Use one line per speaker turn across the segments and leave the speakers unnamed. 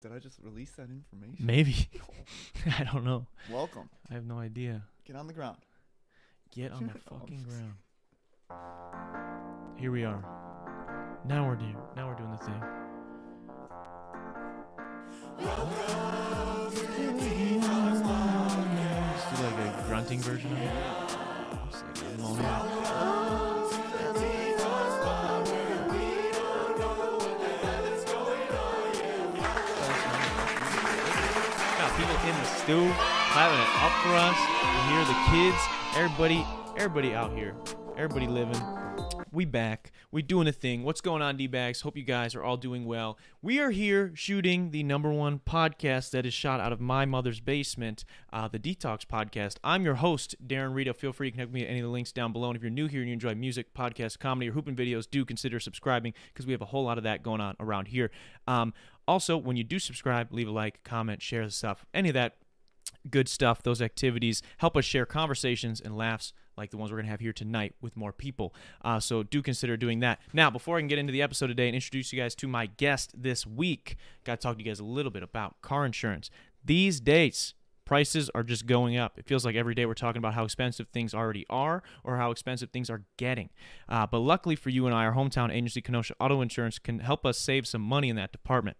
Did I just release that information?
Maybe. I don't know.
Welcome.
I have no idea.
Get on the ground.
Get on the
Shut up.
fucking ground. Here we are. Now we're doing. Now we're doing the thing. Let's do like a grunting version of it. Just like a moaning. Got people in the stew clapping it up for us. You hear the kids, everybody, everybody out here, everybody living. We back. We doing a thing. What's going on, D bags? Hope you guys are all doing well. We are here shooting the number one podcast that is shot out of my mother's basement, uh, the Detox Podcast. I'm your host, Darren Rito. Feel free to connect with me at any of the links down below. And if you're new here and you enjoy music, podcasts, comedy, or hooping videos, do consider subscribing because we have a whole lot of that going on around here. Um, also, when you do subscribe, leave a like, comment, share the stuff, any of that good stuff, those activities help us share conversations and laughs like the ones we're going to have here tonight with more people. Uh, so do consider doing that. Now, before I can get into the episode today and introduce you guys to my guest this week, got to talk to you guys a little bit about car insurance. These days, prices are just going up. It feels like every day we're talking about how expensive things already are or how expensive things are getting. Uh, but luckily for you and I, our hometown agency, Kenosha Auto Insurance, can help us save some money in that department.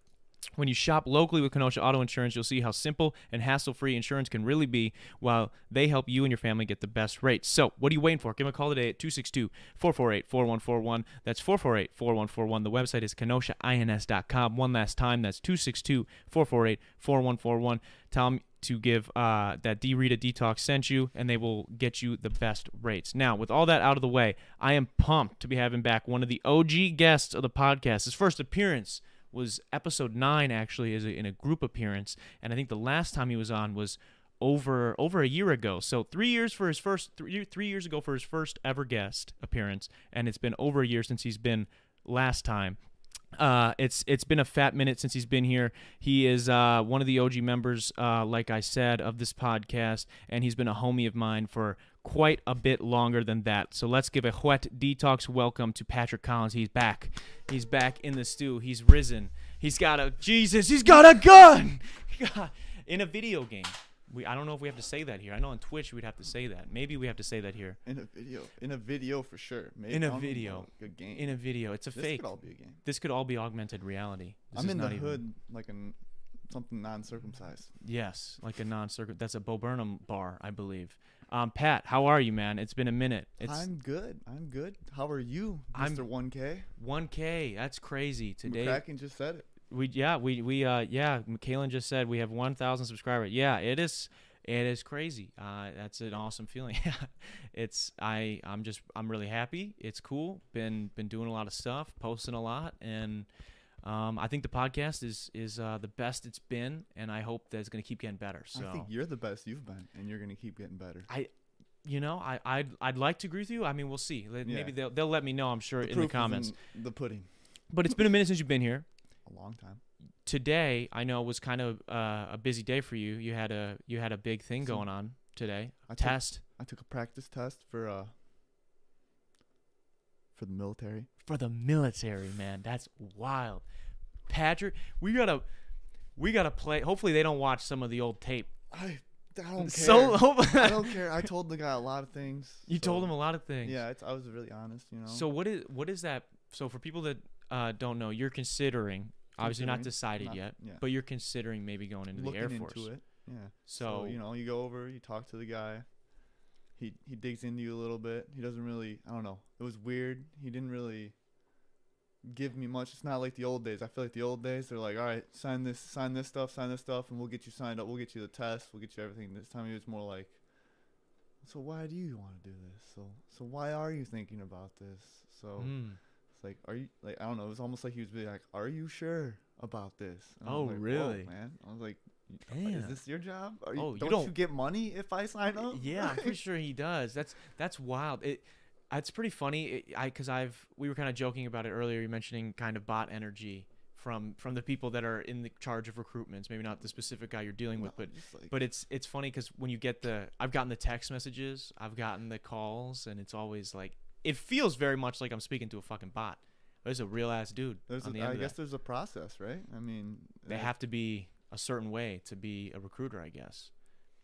When you shop locally with Kenosha Auto Insurance, you'll see how simple and hassle free insurance can really be while they help you and your family get the best rates. So, what are you waiting for? Give them a call today at 262 448 4141. That's 448 4141. The website is kenoshains.com. One last time, that's 262 448 4141. Tell them to give uh, that D Rita Detox sent you, and they will get you the best rates. Now, with all that out of the way, I am pumped to be having back one of the OG guests of the podcast. His first appearance was episode nine, actually, is a, in a group appearance, and I think the last time he was on was over over a year ago. So three years for his first three, three years ago for his first ever guest appearance, and it's been over a year since he's been last time. Uh, it's it's been a fat minute since he's been here. He is uh, one of the OG members, uh, like I said, of this podcast, and he's been a homie of mine for quite a bit longer than that. So let's give a wet detox welcome to Patrick Collins. He's back. He's back in the stew. He's risen. He's got a Jesus. He's got a gun. God. In a video game. We, I don't know if we have to say that here. I know on Twitch we'd have to say that. Maybe we have to say that here.
In a video. In a video for sure. Maybe
In a
I don't know
video.
about Good game.
In a video, it's a
this
fake.
could all be a game.
this could all be augmented reality. This
I'm
is
in the
not even-
hood like an something non-circumcised.
Yes, like a non-circle. That's a Bo Burnham bar, I believe. Um, Pat, how are you, man? It's been a minute. It's
I'm good. I'm good. How are you,
I'm-
Mr. 1K?
1K. That's crazy. Today,
McCracken just said it.
we yeah we we uh yeah. Kalen just said we have 1,000 subscribers. Yeah, it is. It is crazy. Uh, that's an awesome feeling. it's I I'm just I'm really happy. It's cool. Been been doing a lot of stuff, posting a lot, and um, I think the podcast is is uh, the best it's been, and I hope that it's gonna keep getting better. So
I think you're the best you've been, and you're gonna keep getting better.
you know, I, I'd I'd like to agree with you. I mean, we'll see. Like,
Yeah.
Maybe they'll they'll let me know. I'm sure in
proof
the
is
comments.
in the pudding.
But it's been a minute since you've been here.
A long time.
Today, I know was kind of uh, a busy day for you. You had a you had a big thing
Some-
going on today.
I took,
Test
I took a practice test for uh for the military.
for the military, man. That's wild. Patrick, we gotta we gotta play. Hopefully, they don't watch some of the old tape.
I I don't care.
So
I don't care. I told the guy a lot of things.
you told
so-
them a lot of things.
Yeah, it's, I was really honest, you know.
So what is what is that? So for people that uh, don't know, you're considering. Obviously, not
Considering,
decided
not-
yet,
yeah.
but you're considering maybe going into
looking
the Air Force.
into it. Yeah.
So,
you know, you go over, you talk to the guy. He he digs into you a little bit. He doesn't really. I don't know. It was weird. He didn't really give me much. It's not like the old days. I feel like the old days they're like, all right, sign this, sign this stuff, sign this stuff, and we'll get you signed up. We'll get you the test. We'll get you everything. This time he was more like. So why do you want to do this? So so why are you thinking about this? So
mm.
It's like, are you like I don't know. It was almost like he was being like, "Are you sure about this?" I
Oh,
was like, "Whoa,
really?
man? I was like, uh,
Damn.
"Is this your job? Are you,
Oh, you
don't, you
don't-
get money if I sign up?"
yeah, I'm pretty
Like,
sure he does. That's that's wild. It it's pretty funny. It, I because I've we were kind of joking about it earlier. You're mentioning kind of bot energy from from the people that are in the charge of recruitments. Maybe not the specific guy you're dealing with,
no,
but
just like-
but it's it's funny because when you get the i've gotten the text messages i've gotten the calls and it's always like it feels very much like i'm speaking to a fucking bot There's a real ass dude
There's
on
an,
the end
I
of
guess
that.
there's a process, right? I mean,
They
uh,
have to be a certain way to be a recruiter, I guess.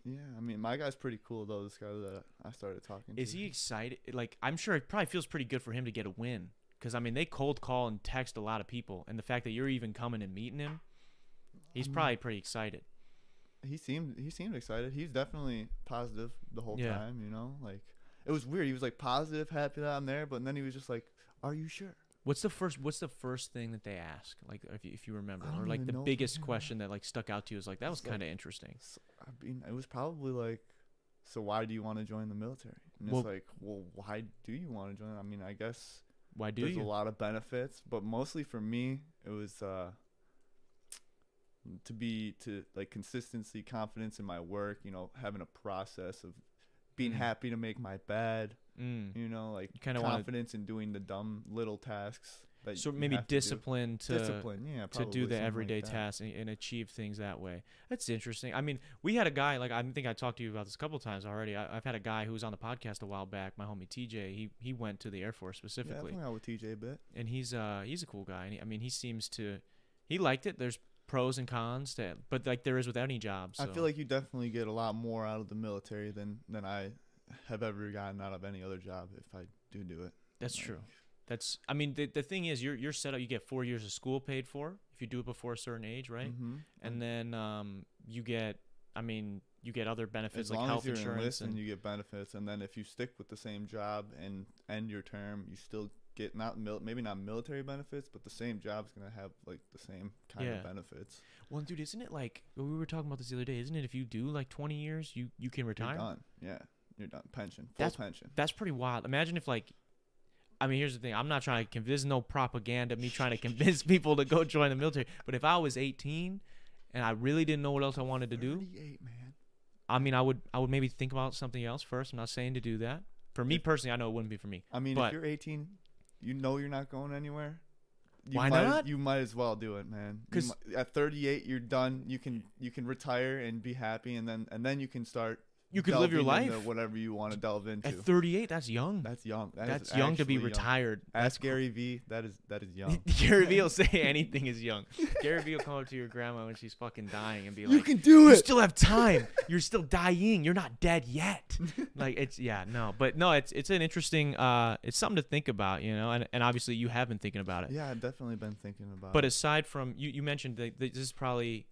Yeah, I mean, my guy's pretty cool though. This guy that I started talking to.
Is he excited? Like, I'm sure it probably feels pretty good for him to get a win. Because, I mean, they cold call and text a lot of people. And the fact that you're even coming and meeting him, he's
mean-
probably pretty excited.
He seemed he seemed excited. He's definitely positive the whole
Yeah.
time. You know, like it was weird. He was like positive, happy that I'm there, but then he was just like, "Are you sure?"
What's the first What's the first thing that they ask? Like, if you, if you remember,
I
or
don't
like
even
the
know if I
biggest
remember.
question that like stuck out to you is like that was
It's like-
kind of interesting.
So, I mean, it was probably like, "So why do you want to join the military?" And
Well-
it's like, "Well, why do you want to join?" I mean, I guess
Why do
there's a
you?
lot of benefits, but mostly for me, it was uh, to be to like consistency, confidence in my work. You know, having a process of being
Mm.
happy to make my bed.
Mm.
You know, like
You kinda wanna-
confidence in doing the dumb little tasks. That
So
you
maybe
have to do.
discipline to
discipline, yeah,
to
probably
do the
something like
everyday
that.
tasks and, and achieve things that way. That's interesting. I mean, we had a guy like I think I talked to you about this a couple times already. I, I've had a guy who was on the podcast a while back. My homie TJ. He he went to the Air Force
Yeah, I
specifically,
hung out with TJ a bit.
and he's uh he's a cool guy. And he, I mean, he seems to he liked it. There's pros and cons to, but like there is with any job. So.
I feel like you definitely get a lot more out of the military than than I have ever gotten out of any other job if I do do it.
That's
Like-
true. That's I mean the, the thing is you're you're set up you get 4 years of school paid for if you do it before a certain age, right?
Mm-hmm.
And then um you get I mean you get other benefits
as
like
long
health
as you're
insurance
enlisted,
and
you get benefits, and then if you stick with the same job and end your term, you still get not mil- maybe not military benefits, but the same job's gonna have like the same kind
Yeah.
of benefits.
Well, dude, isn't it like we were talking about this the other day, isn't it if you do like 20 years, you you can
You're
retire?
done. Yeah, you're done. Pension, full
That's-
pension.
That's pretty wild. Imagine if like I mean, here's the thing. I'm not trying to convince. There's no propaganda. Me trying to convince people to go join the military. But if I was 18, and I really didn't know what else I wanted to do,
Thirty-eight, man.
I mean, I would I would maybe think about something else first. I'm not saying to do that. For me
If-
personally, I know it wouldn't be for me.
I mean,
But-
if you're 18, you know you're not going anywhere. You
Why
might,
not?
You might as well do it, man. You
'Cause-
mi- at 38, you're done. You can you can retire and be happy, and then and then you can start.
You could live your
delving into
life.
whatever you want to delve into.
At 38, that's young.
that's young. That is
that's young to be
actually young.
retired.
Ask Gary V. That is that is young.
Gary Vee will say anything is young. Gary Vee will come up to your grandma when she's fucking dying and be like,
do
"You still have time. You're still dying. You're not dead yet." Like it's yeah no, but no, it's it's an interesting uh, it's something to think about, you know, and and obviously you have been thinking about it.
Yeah, I've definitely been thinking about.
But
it.
aside from you, you mentioned that that this is probably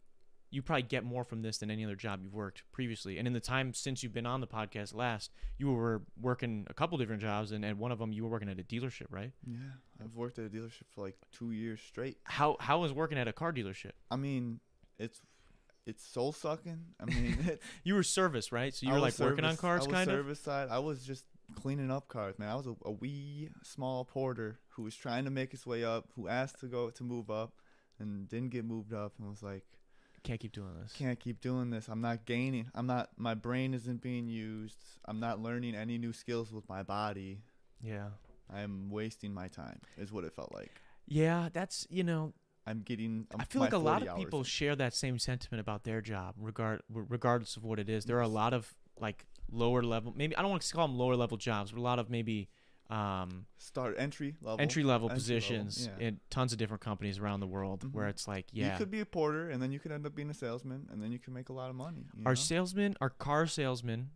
you probably get more from this than any other job you've worked previously. And in the time since you've been on the podcast last, you were working a couple different jobs, and at one of them you were working at a dealership, right?
yeah, I've worked at a dealership for like two years straight.
How how was working at a car dealership?
I mean, it's it's soul sucking. I mean, it's,
You were service, right? So you
I
were like
was
working on
service-
cars,
I was
kind of.
service side. I was just cleaning up cars, man. I was a, a wee small porter who was trying to make his way up, who asked to go to move up, and didn't get moved up, and was like,
Can't keep doing this.
can't keep doing this. I'm not gaining. I'm not. My brain isn't being used. I'm not learning any new skills with my body.
Yeah.
I'm wasting my time. Is what it felt like.
Yeah, that's you know,
I'm getting. um, i
I feel like a lot of people share that same sentiment about their job, regard re- regardless of what it is. There are a lot of like lower level, maybe I don't want to call them lower level jobs, but a lot of maybe um,
start entry level.
entry level
Entry level,
positions
yeah.
in tons of different companies around the world, where
Mhm.
it's like, yeah,
You could be a porter, and then you could end up being a salesman, and then you can make a lot of money. you
our
know?
salesmen, our car salesmen,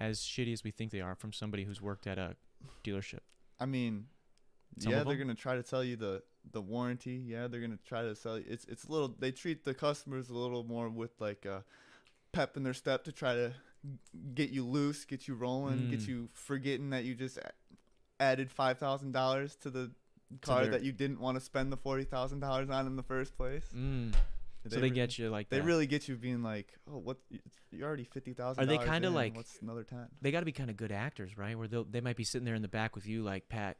as shitty as we think they are, from somebody who's worked at a dealership.
I mean,
Some
yeah,
of
they're
'em?
gonna try to tell you the the warranty. Yeah, they're gonna try to sell you. It's it's a little. They treat the customers a little more with like a pep in their step to try to get you loose, get you rolling,
Mm.
get you forgetting that you just a- added five thousand dollars to the car
their-
that you didn't want to spend the forty thousand dollars on in the first place.
Mm. so they
re-
get you like
They
that.
really get you being like, oh, what? You're already fifty thousand.
Are they kinda like-
What's another ten?
they got to be kind of good actors, right? Where they they might be sitting there in the back with you, like Pat,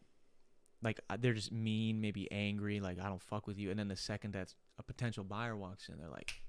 like uh, they're just mean, maybe angry, like I don't fuck with you. And then the second that a potential buyer walks in, they're like,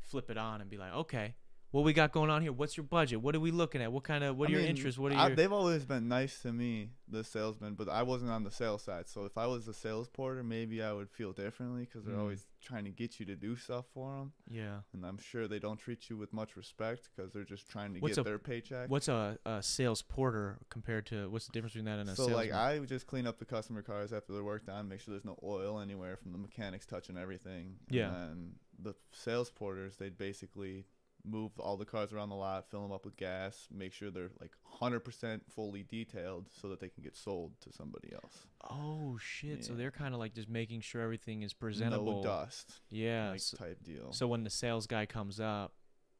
flip it on and be like, okay, what we got going on here? What's your budget? What are we looking at? What kind of what
I
are your
mean,
interests? What are
I-
your
they've always been nice to me, the salesmen, but I wasn't on the sales side. So if I was the sales porter, maybe I would feel differently because they're
Mm.
always trying to get you to do stuff for them,
yeah?
and I'm sure they don't treat you with much respect because they're just trying to
What's
get
a-
their paycheck.
What's a, a sales porter compared to what's the difference between that and a
so
salesman?
like I would just clean up the customer cars after they're worked on, make sure there's no oil anywhere from the mechanics touching everything. And
Yeah.
then the sales porters, they'd basically move all the cars around the lot, fill them up with gas, make sure they're like 100% fully detailed so that they can get sold to somebody else.
oh shit! So
Yeah.
they're kind of like just making sure everything is
No
presentable.
dust
Yeah.
like,
so,
type deal.
so when the sales guy comes up,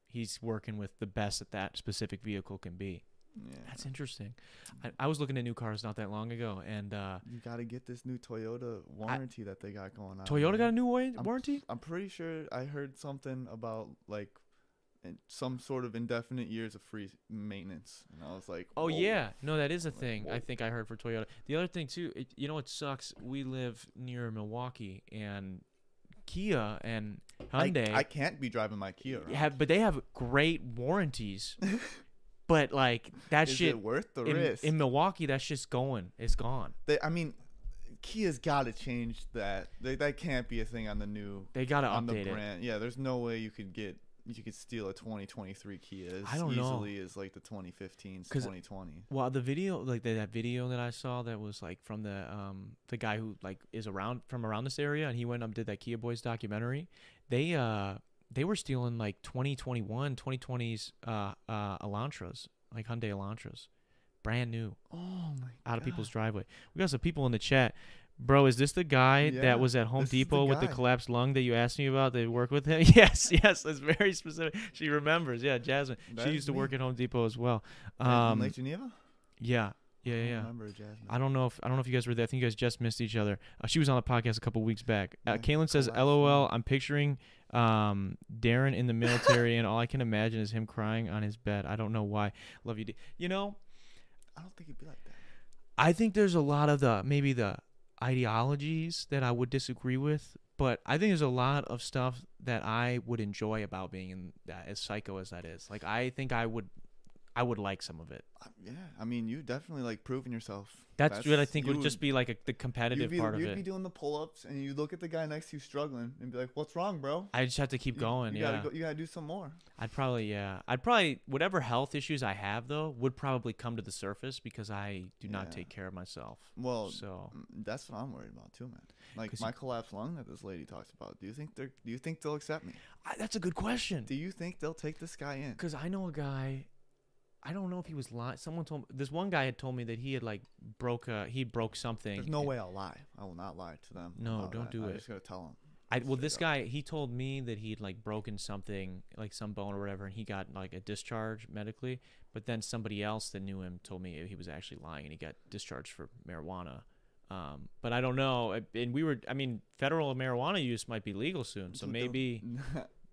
he's working with the best that that specific vehicle can be.
yeah.
That's interesting. I, I was looking at new cars not that long ago, and uh,
you got to get this new Toyota warranty that they got going on.
Toyota got a
man.
new wa-
Um, I'm-
warranty.
I'm pretty sure I heard something about like in- some sort of indefinite years of free maintenance, and I was like,
Oh
"Whoa."
yeah, no, that is a
Like,
thing. I
whoa.
think I heard for Toyota. The other thing too, it, you know, what sucks. We live near Milwaukee, and Kia and
I-
Hyundai
I, can't be driving my Kia. Around.
have, but they have great warranties. but like that
Is
shit
it worth the
in,
risk?
in Milwaukee, that's just going. It's gone.
they, I mean, Kia's got to change that. They, that can't be a thing on the new
They gotta
on the
update it.
brand. Yeah, there's no way you could get you could steal a 2023 Kia as
I don't know.
easily as like the 2015s,
'Cause-
2020.
Well, the video, like that that video that I saw, that was like from the um the guy who like is around from around this area, and he went up did that Kia Boys documentary. They uh they were stealing like 2021, 2020s uh uh Elantras, like Hyundai Elantras, brand new
Oh my!
out of people's driveway. We got some people in the chat. Bro, is this the guy
Yeah,
that was at Home
this is the
Depot with the
guy.
collapsed lung that you asked me about? They work with him? Yes, yes, that's very specific. She remembers. Yeah, Jasmine.
That
she
is
used to
me.
work at Home Depot as well.
Um,
Um,
Lake Geneva.
yeah, yeah,
I
yeah.
don't
yeah.
Remember Jasmine?
I don't know if I don't know if you guys were there. I think you guys just missed each other. Uh, she was on the podcast a couple weeks back. Uh,
Yeah,
Kaylin says,
collapsed
"LOL, I'm picturing um, Darren in the military, and all I can imagine is him crying on his bed. I don't know why. Love you, D-. you know.
I don't think it'd be like that.
I think there's a lot of the maybe the ideologies that I would disagree with, but I think there's a lot of stuff that I would enjoy about being in that, as psycho as that is. Like I think I would, I would like some of it.
Uh, Yeah, I mean, you definitely like proving yourself.
That's, what I think
you
would just be like a, the competitive
you'd be,
part of
you'd
it.
be doing the pull-ups, and you look at the guy next to you struggling, and be like, "What's wrong, bro?"
I just have to keep
You-
going.
You,
yeah,
gotta go, you gotta do some more.
I'd probably yeah. I'd probably whatever health issues I have though would probably come to the surface because I do not
Yeah.
take care of myself.
Well,
so
mm, that's what I'm worried about too, man. Like
'Cause
my collapsed lung that this lady talks about. Do you think they're? Do you think they'll accept me?
I, that's a good question
Do you think they'll take this guy in?
because I know a guy. I don't know if he was lying. Someone told me this one guy had told me that he had like broke a he broke something.
There's no
and-
way I'll lie. I will not lie to them.
No,
about
don't
that.
do
I'm
it.
just gonna tell them.
I well, this
straight
guy he told me that he'd like broken something, like some bone or whatever, and he got like a discharge medically. But then somebody else that knew him told me he was actually lying, and he got discharged for marijuana. Um, but I don't know. I- And we were, I mean, federal marijuana use might be legal soon, so
Dude, that-
maybe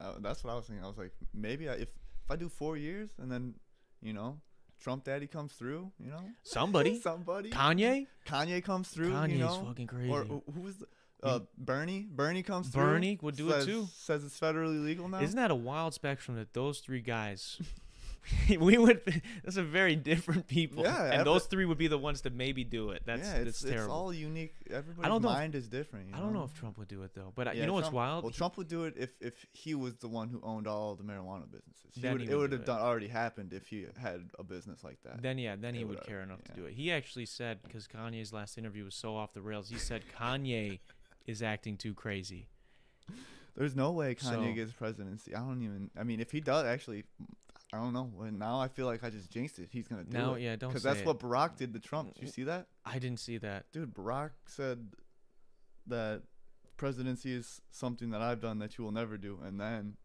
Uh, that's what I was thinking. I was like, maybe I, if if I do four years and then, you know, Trump Daddy comes through, you know,
somebody,
somebody,
Kanye,
Kanye comes through,
Kanye's
you know,
fucking crazy.
or who who was the, uh, Bernie? Bernie comes through.
Bernie would do it
says-
too.
Says it's federally legal now.
Isn't that a wild spectrum that those three guys? we would. Those are very different people,
Yeah,
and
every-
those three would be the ones that maybe do it. That's
yeah, it's,
that's terrible.
it's all unique. Everybody's
know if-
mind is different. you
I don't know if Trump would do it though, but I you
Yeah,
know what's
Trump-
wild?
Well,
He-
Trump would do it if, if he was the one who owned all the marijuana businesses. He
Then
would,
he
it
would
would
do
have
it.
done already happened if he had a business like that.
then yeah, then
yeah,
he would
whatever,
care enough to
yeah.
do it. He actually said because Kanye's last interview was so off the rails. He said Kanye is acting too crazy.
There's no way Kanye
So-
gets presidency. I don't even. I mean, if he does, actually, I don't know. Well, Now I feel like I just jinxed it. He's gonna do
Now,
it.
yeah, don't
Because
say
that's
it.
what Barack did to Trump. Did you see that,
I didn't see that.
dude? Barack said that presidency is something that I've done that you will never do, and then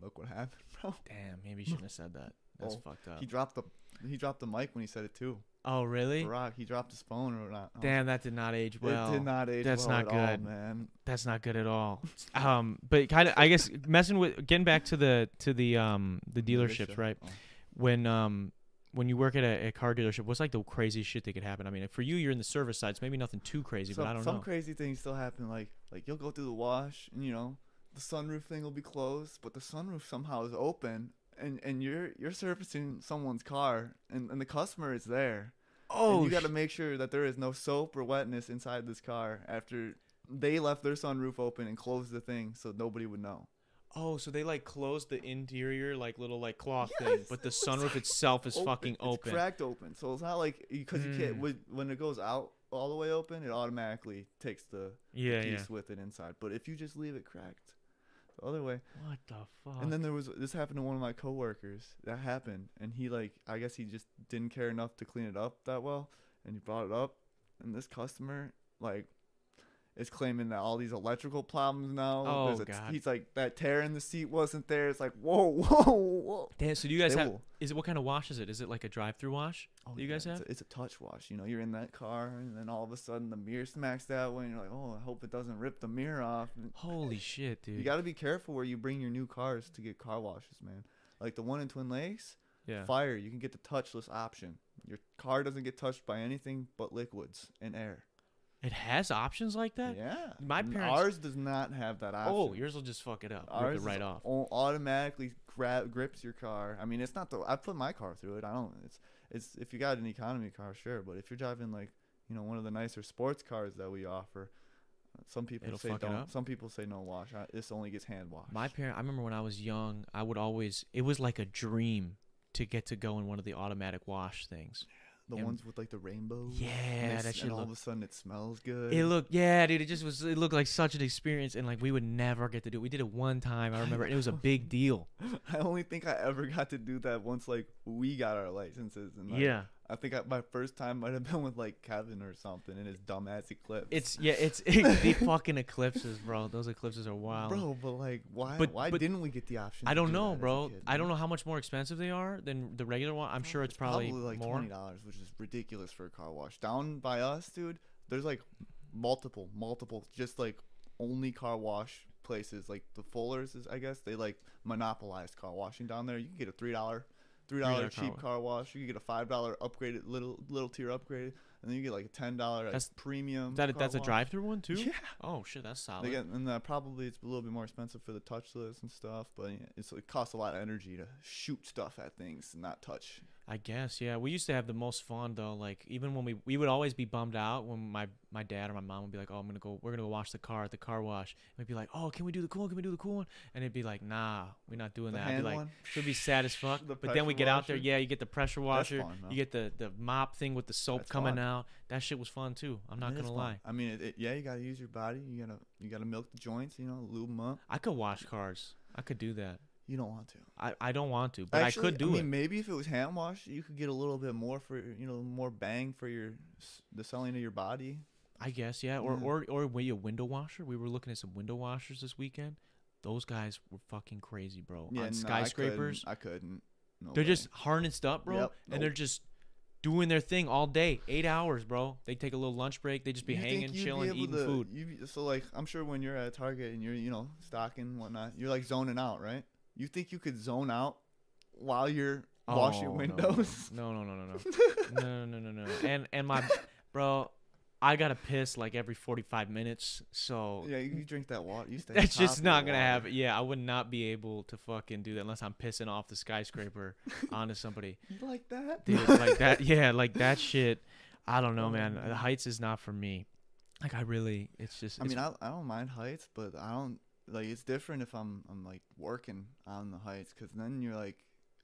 look what happened, bro.
Damn, maybe you shouldn't have said that. That's
Oh,
fucked up.
He dropped the he dropped the mic when he said it too.
oh really?
Barack, he dropped his phone or not.
Damn, that did not age well.
it did not age
that's
well
not
at
good.
all, man.
That's not good at all. Um, but kind of, I guess messing with getting back to the to the um the dealerships,
Militia.
right?
Oh.
when um when you work at a, a car dealership, what's like the craziest shit that could happen? I mean, for you, you're in the service side, so maybe nothing too crazy,
some,
but I don't
some
know.
crazy things still happen. Like like you'll go through the wash, and you know the sunroof thing will be closed, but the sunroof somehow is open, and and you're you're servicing someone's car, and, and the customer is there.
Oh,
and you got
sh-
to make sure that there is no soap or wetness inside this car after they left their sunroof open and closed the thing so nobody would know.
Oh, so they like closed the interior like little like cloth thing,
Yes,
but the
it's
sunroof itself is
Open.
fucking
It's
open. Hmm.
cracked open. So it's not like because you can't when- when it goes out all the way open, it automatically takes the
yeah,
piece
yeah.
with it inside. But if you just leave it cracked the other way,
What the fuck?
and then there was this happened to one of my coworkers. That happened, and he like I guess he just didn't care enough to clean it up that well, and he brought it up, and this customer like is claiming that all these electrical problems now.
Oh,
there's a t-
God.
He's like that tear in the seat wasn't there. It's like whoa, whoa, whoa.
Damn, so do you guys
They
have?
will.
Is it what kind of wash is it? Is it like a drive-through wash?
Oh,
that you guys
yeah,
have?
It's a, it's a touch wash. You know, you're in that car, and then all of a sudden the mirror smacks that way, and you're like, oh, I hope it doesn't rip the mirror off. And
Holy shit, dude.
You got to be careful where you bring your new cars to get car washes, man. Like the one in Twin Lakes,
yeah.
fire. You can get the touchless option. Your car doesn't get touched by anything but liquids and air.
It has options like that.
Yeah,
My
N-
parents-
Ours does not have that option.
Oh, yours will just fuck it up. Rip
Ours
it
is
right off.
au- automatically grab grips your car. I mean, it's not the. I put my car through it. I don't. It's it's if you got an economy car, sure. But if you're driving like you know one of the nicer sports cars that we offer, uh, some people
It'll
say
fuck it
don't.
up.
Some people say no wash. I, this only gets hand washed.
My parent. I remember when I was young, I would always. It was like a dream to get to go in one of the automatic wash things.
the
and-
ones with like the rainbow. and
Yeah,
it's-
that shit
and all
looked
of a sudden it smells good.
It looked, yeah, dude. It just was. It looked like such an experience, and like we would never get to do it. We did it one time, I remember, and it was a big deal.
I only think I ever got to do that once. Like we got our licenses, and like, I think I, my first time might have been with like Kevin or something in his dumbass Eclipse.
it's yeah, it's the fucking eclipses, bro. Those eclipses are wild.
bro, but like, why?
um, But-
why
but-
didn't we get the option?
I
to
don't
do that
know,
as a
bro.
kid,
I
dude?
don't know how much more expensive they are than the regular one. I'm sure it's probably,
like
more.
twenty dollars, which is ridiculous for a car wash. Down by us, dude, there's like multiple, multiple, just like only car wash places. Like the Fullers, is, I guess they like monopolized car washing down there. You can get a three dollar, three dollar
car
cheap
wa-
car wash. You can get a five dollar upgraded little little tier upgraded, and then you get like a ten dollar like,
That's-
premium.
Is that a,
car
that's a
wash.
drive-through one too.
Yeah.
Oh shit, that's solid.
They get, and uh, probably it's a little bit more expensive for the touchless and stuff, but yeah, it's, it costs a lot of energy to shoot stuff at things and not touch.
I guess yeah. We used to have the most fun though. Like even when we we would always be bummed out when my my dad or my mom would be like, "Oh, I'm gonna go. We're gonna go wash the car at the car wash." And we'd be like, "Oh, can we do the cool? one? Can we do the cool one?" And it'd be like, "Nah, we're not doing
The
that." I'd be
hand
like,
one?
"She'd be sad as fuck."
The
but then we
pressure
get out there,
washer?
yeah, you get the pressure washer,
fun, though.
you get the the mop thing with the soap
That's
coming
fun.
out. That shit was fun too. I'm not
It is
gonna
fun.
lie.
I mean, it, it, yeah, you gotta use your body. You gotta you gotta milk the joints. You know, lube them up.
I could wash cars. I could do that.
You don't want to,
I I don't want to, but I could do
mean,
it.
Maybe if it was hand wash, you could get a little bit more for you know more bang for your s- the selling of your body.
I guess, yeah. Or
Yeah.
or or were you a window washer? We were looking at some window washers this weekend. Those guys were fucking crazy, bro.
Yeah, no,
On
I couldn't-
skyscrapers.
I couldn't. No
they're
way.
just harnessed up, bro.
Yep.
And they're
Nope.
just doing their thing all day. Eight hours, bro. They take a little lunch break. They just be
You think
hanging,
you'd be
chilling,
able
eating
to-
food.
you- so like, I'm sure when you're at Target and you're you know stocking and whatnot, you're like zoning out, right? You think you could zone out while you're
Oh,
washing
no,
windows?
No, no, no, no, no. no, no, no, no, no. And and my bro, I gotta piss like every forty five minutes. So
yeah, you, you drink that water. You stay on
That's
top
just
of
not
the
gonna
water.
happen. Yeah, I would not be able to fucking do that unless I'm pissing off the skyscraper onto somebody.
You like that?
Dude, like that. Yeah, like that shit. I don't know,
Oh,
man.
man.
The heights is not for me. Like I really, it's just.
I
it's-
mean, I, I don't mind heights, but I don't like it's different if I'm I'm like working on the heights because then you're like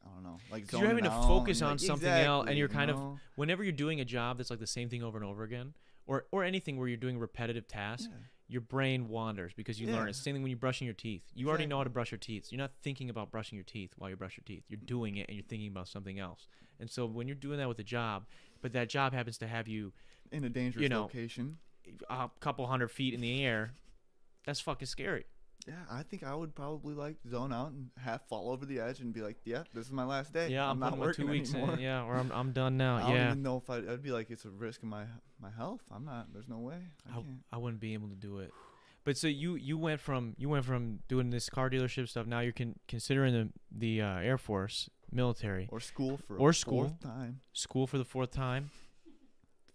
I don't know like
'Cause you're having
zoning
to
out, and
focus
you're
on
like,
something else,
"Exactly,"
and you're
you
kind of-
know?
whenever you're doing a job that's like the same thing over and over again, or or anything where you're doing repetitive tasks,
Yeah.
your brain wanders because you learn.
Yeah.
It's the same thing when you're brushing your teeth. You already know how to brush your teeth. So you're not thinking about brushing your teeth while you brush your teeth. You're doing it and you're thinking about something else. And so when you're doing that with a job, but that job happens to have you
in a dangerous
you know.
location.
a couple hundred feet in the air, that's fucking scary.
Yeah, I think I would probably like zone out and half fall over the edge and be like, yeah, this is my last day.
yeah, I'm,
not
putting my
working
two weeks
anymore.
in. Yeah, or I'm I'm done now.
I don't
yeah,
even know if I, I'd be like, it's a risk of my my health. I'm not. There's no way. I
I,
can't.
I wouldn't be able to do it. But so you you went from you went from doing this car dealership stuff. Now you're con- considering the the uh, Air Force, military,
Or school for
Or
a
school.
fourth time.
school for the fourth time.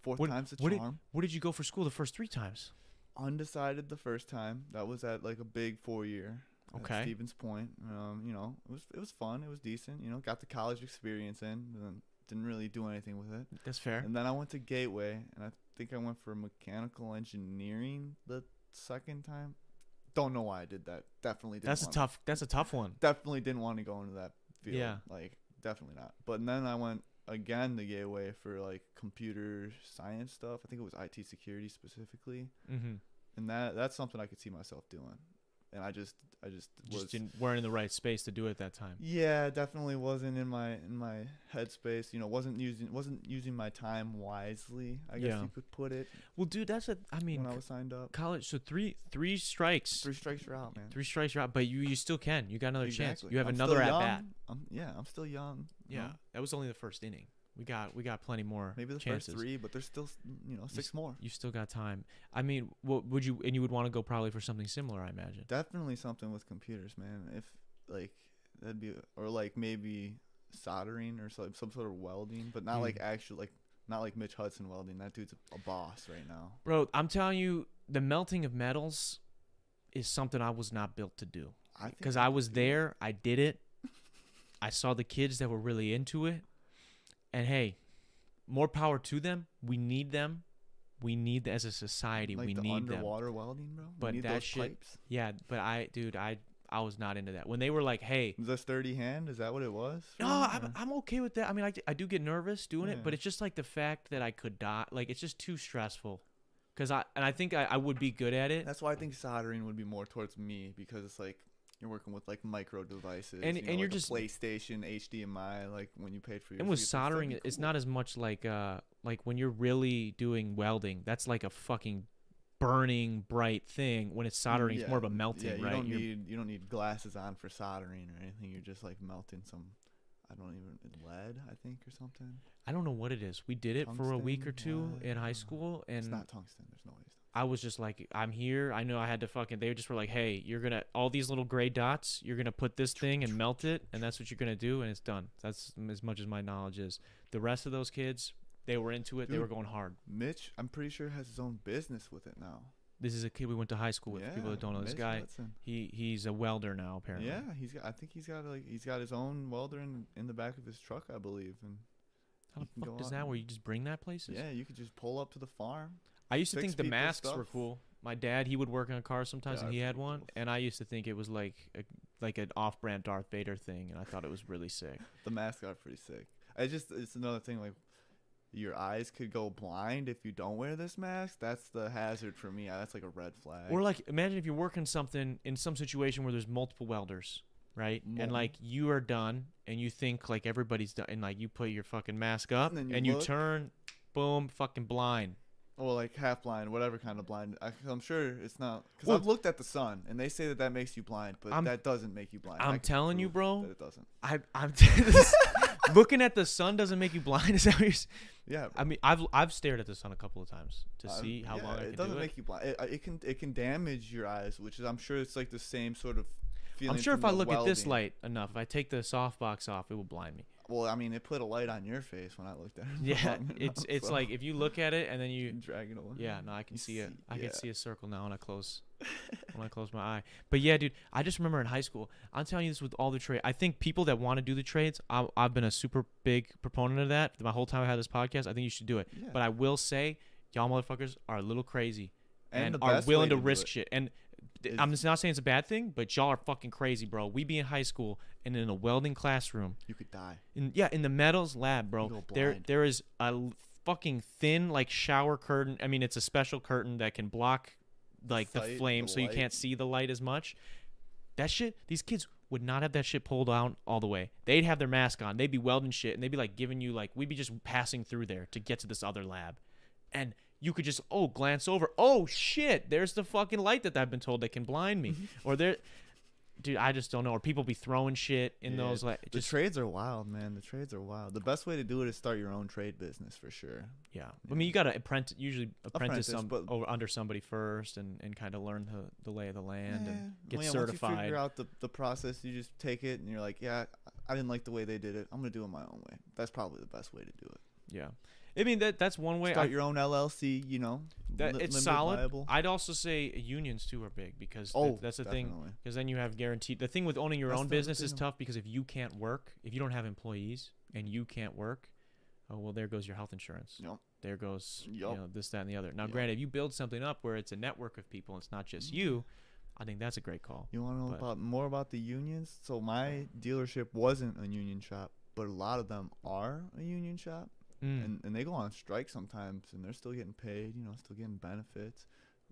Fourth
What-
time's a
what did-
charm.
Where did you go for school the first three times?
Undecided the first time. That was at like a big four year.
Okay.
at Stevens Point. Um, you know, it was it was fun. It was decent. You know, got the college experience in, and then didn't really do anything with it.
That's fair.
And then I went to Gateway, and I think I went for mechanical engineering the second time. Don't know why I did that. Definitely didn't.
That's a
want-
tough. That's a tough one.
Definitely didn't want to go into that field.
Yeah.
Like definitely not. But then I went again to Gateway for like computer science stuff. I think it was IT security specifically,
Mm-hmm.
and that that's something I could see myself doing. And I just I just was
Just didn't weren't in the right space to do it at that time.
yeah, definitely wasn't in my in my headspace. You know, wasn't using wasn't using my time wisely. I guess
Yeah.
you could put it
Well, dude, that's a. I mean,
when I
c-
was signed up.
college. So three three strikes.
Three strikes you're out, man.
Three strikes you're out, but you you still can. You got another chance.
Exactly.
You have
I'm
another at
still
bat.
young. I'm, yeah, I'm still young. you
Yeah,
know.
that was only the first inning. We got we got plenty more
maybe the
chances.
first three, but there's still s- you know six
s-
more.
You still got time. I mean, what would you and you would want to go probably for something similar, I imagine.
Definitely something with computers, man. If like that'd be or like maybe soldering or some some sort of welding, but not
Mm.
like actual like not like Mitch Hudson welding. That dude's a boss right now.
Bro, I'm telling you, the melting of metals is something I was not built to do.
I think
Because
I
I
could
was
do it.
there, I did it. I saw the kids that were really into it. And hey, more power to them. We need them. We need as a society.
like
we
the
need them.
underwater welding, bro.
But
you need
that
those
shit-
pipes.
Yeah, but I, dude, I, I was not into that. When they were like, "Hey,
The sturdy hand is that what it was? for
no,
you,
I'm,
or-
I'm okay with that." I mean, I, d- I do get nervous doing it, but
Yeah.
it's just like the fact that I could die. Like, it's just too stressful. Cause I and I think I, I would be good at it.
That's why I think soldering would be more towards me because it's like you're working with like micro devices
And-
you know,
and you're
like a
just-
PlayStation HDMI like when you paid for your
and with
Zeus, that'd
soldering,
be
it it's
cool.
not as much like uh like when you're really doing welding. That's like a fucking burning bright thing. When it's soldering, it's more of a
Yeah,
melting,
yeah, you
right?
Don't
You're-
need, you don't need glasses on for soldering or anything. You're just like melting some, I don't even lead, I think, or something.
I don't know what it is. We did it for a week or two
Tungsten?
in
Yeah.
high school, and
it's not tungsten. There's no way. It's
I was just like, I'm here. I know I had to fucking. They just were like, hey, you're gonna all these little gray dots. You're gonna put this thing and melt it, and that's what you're gonna do, and it's done. That's m- as much as my knowledge is. The rest of those kids, they were into it. They were
Dude.
going hard.
Mitch, I'm pretty sure has his own business with it now.
This is a kid we went to high school with.
yeah,
People that don't know this
Mitch
guy,
Hudson.
he he's a welder now apparently.
Yeah, he's got. I think he's got like he's got his own welder in in the back of his truck, I believe. And
How
You
the
can
fuck
go
does
out
that? Where
and-
you just bring that places?
yeah, you could just pull up to the farm.
I used to
Fix
think the
people's
masks were
stuff.
cool. My dad, he would work on cars sometimes, and
Darth
he had one.
Vader's.
And I used to think it was like a, like an off-brand Darth Vader thing, and I thought it was really sick.
The masks are pretty sick. I just it's another thing like your eyes could go blind if you don't wear this mask. That's the hazard for me. That's like a red flag.
Or like, imagine if you're working something in some situation where there's multiple welders, right? And
Mul-
like you are done, and you think like everybody's done, and like you put your fucking mask up,
And then
and,
you
you
look.
turn, boom, fucking blind.
Or like half blind, whatever kind of blind. I, I'm sure it's not because
Well-
I've looked at the sun, and they say that that makes you blind, but
I'm-
that doesn't make you blind.
I'm
I can
telling you,
prove
bro.
that it doesn't.
I, I'm this- looking at the sun doesn't make you blind. Is that what you're? s-
Yeah, bro.
I mean, I've I've stared at the sun a couple of times to
I'm-
see how
Um, yeah,
long I
it
can
doesn't
do it.
make you blind. It, it can it can damage your eyes, which is I'm sure it's like the same sort of. feeling
I'm sure
from
if I
the
look at this
welding.
light enough, if I take the softbox off, it will blind me.
Well, I mean, it put a light on your face when I looked at it.
Yeah,
long enough,
it's it's
so
like if you look at it and then
you
you,
drag it away.
yeah, no, I can
Mm. You
see it.
see-
I
yeah.
can see a circle now when I close when I close my eye. But yeah, dude, I just remember in high school. I'm telling you this with all the trade. I think people that want to do the trades, I, I've been a super big proponent of that. My whole time I had this podcast, I think you should do it.
Yeah.
But I will say, y'all motherfuckers are a little crazy and,
the
are
best way
willing to
do
risk
it-
shit. And th-
is-
I'm just not saying it's a bad thing, but y'all are fucking crazy, bro. We be in high school and in a welding classroom.
You could die.
In, yeah, in the metals lab, bro.
go
There,
blind.
there is a l- fucking thin like shower curtain. I mean, it's a special curtain that can block like the
Sight,
flame,
the
so you
light.
can't see the light as much. That shit, these kids would not have that shit pulled down all the way. They'd have their mask on. They'd be welding shit, and they'd be like giving you like we'd be just passing through there to get to this other lab, and you could just oh glance over, oh shit, there's the fucking light that I've been told that can blind me,
Mm-hmm.
or there. Dude, I just don't know. Or people be throwing shit in
Yeah,
those like
The
just
trades are wild, man. The trades are wild. The best way to do it is start your own trade business for sure.
Yeah. I mean, you got to apprentice, usually
Apprentice,
apprentice, some
but-
over, under somebody first and, and kind of learn the, the lay of the land and uh,
Yeah.
get
Well, yeah, Once you
certified.
figure out the, the process, you just take it and you're like, yeah, I didn't like the way they did it. I'm gonna do it my own way. That's probably the best way to do it.
yeah. I mean that that's one way.
Start
I,
your own LLC, you know.
that,
li-
it's
limited
solid.
liable.
I'd also say unions too are big because th-
oh,
that's the thing.
definitely.
Because then you have guaranteed. The thing with owning your
That's
own
the other
business is
thing.
tough because if you can't work, if you don't have employees and you can't work, oh well, there goes your health insurance.
Yup.
There goes you
Yup.
know, this, that, and the other. Now,
Yup.
granted, if you build something up where it's a network of people, and it's not just
Mhm.
you. I think that's a great call.
You want to know
But-
about more about the unions? So my dealership wasn't a union shop, but a lot of them are a union shop,
Mm.
and and they go on strike sometimes, and they're still getting paid, you know, still getting benefits.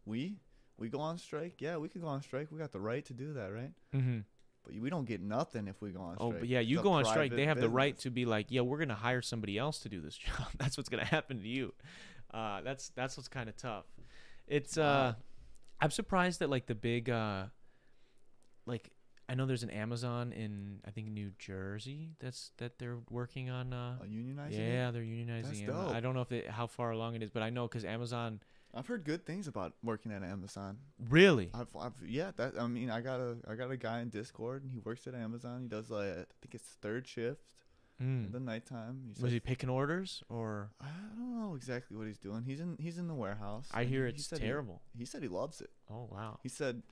We we go on strike, yeah, we could go on strike. We got the right to do that, right?
mm-hmm.
But we don't get nothing if we go on strike.
Oh, but yeah, you
It's a
go on strike.
private
They have the right
business.
to be like, yeah, we're gonna hire somebody else to do this job. that's what's gonna happen to you. Uh, that's that's what's kind of tough. It's uh,
Wow.
I'm surprised that like the big uh, like I know there's an Amazon in I think New Jersey that's that they're working on. Uh,
Uh, unionizing. it?
yeah, they're unionizing.
That's
Amazon. I
dope.
don't know if it, how far along it is, but I know because Amazon
I've heard good things about working at Amazon.
really.
I've, I've yeah, that I mean, I got a I got a guy in Discord, and he works at Amazon. He does like I think it's third shift,
Mm.
the nighttime. He
Was
says-
he picking orders or?
I don't know exactly what he's doing. He's in he's in the warehouse.
I
and
hear
he- he
it's
said he-
terrible.
He said he loves it.
Oh wow.
He said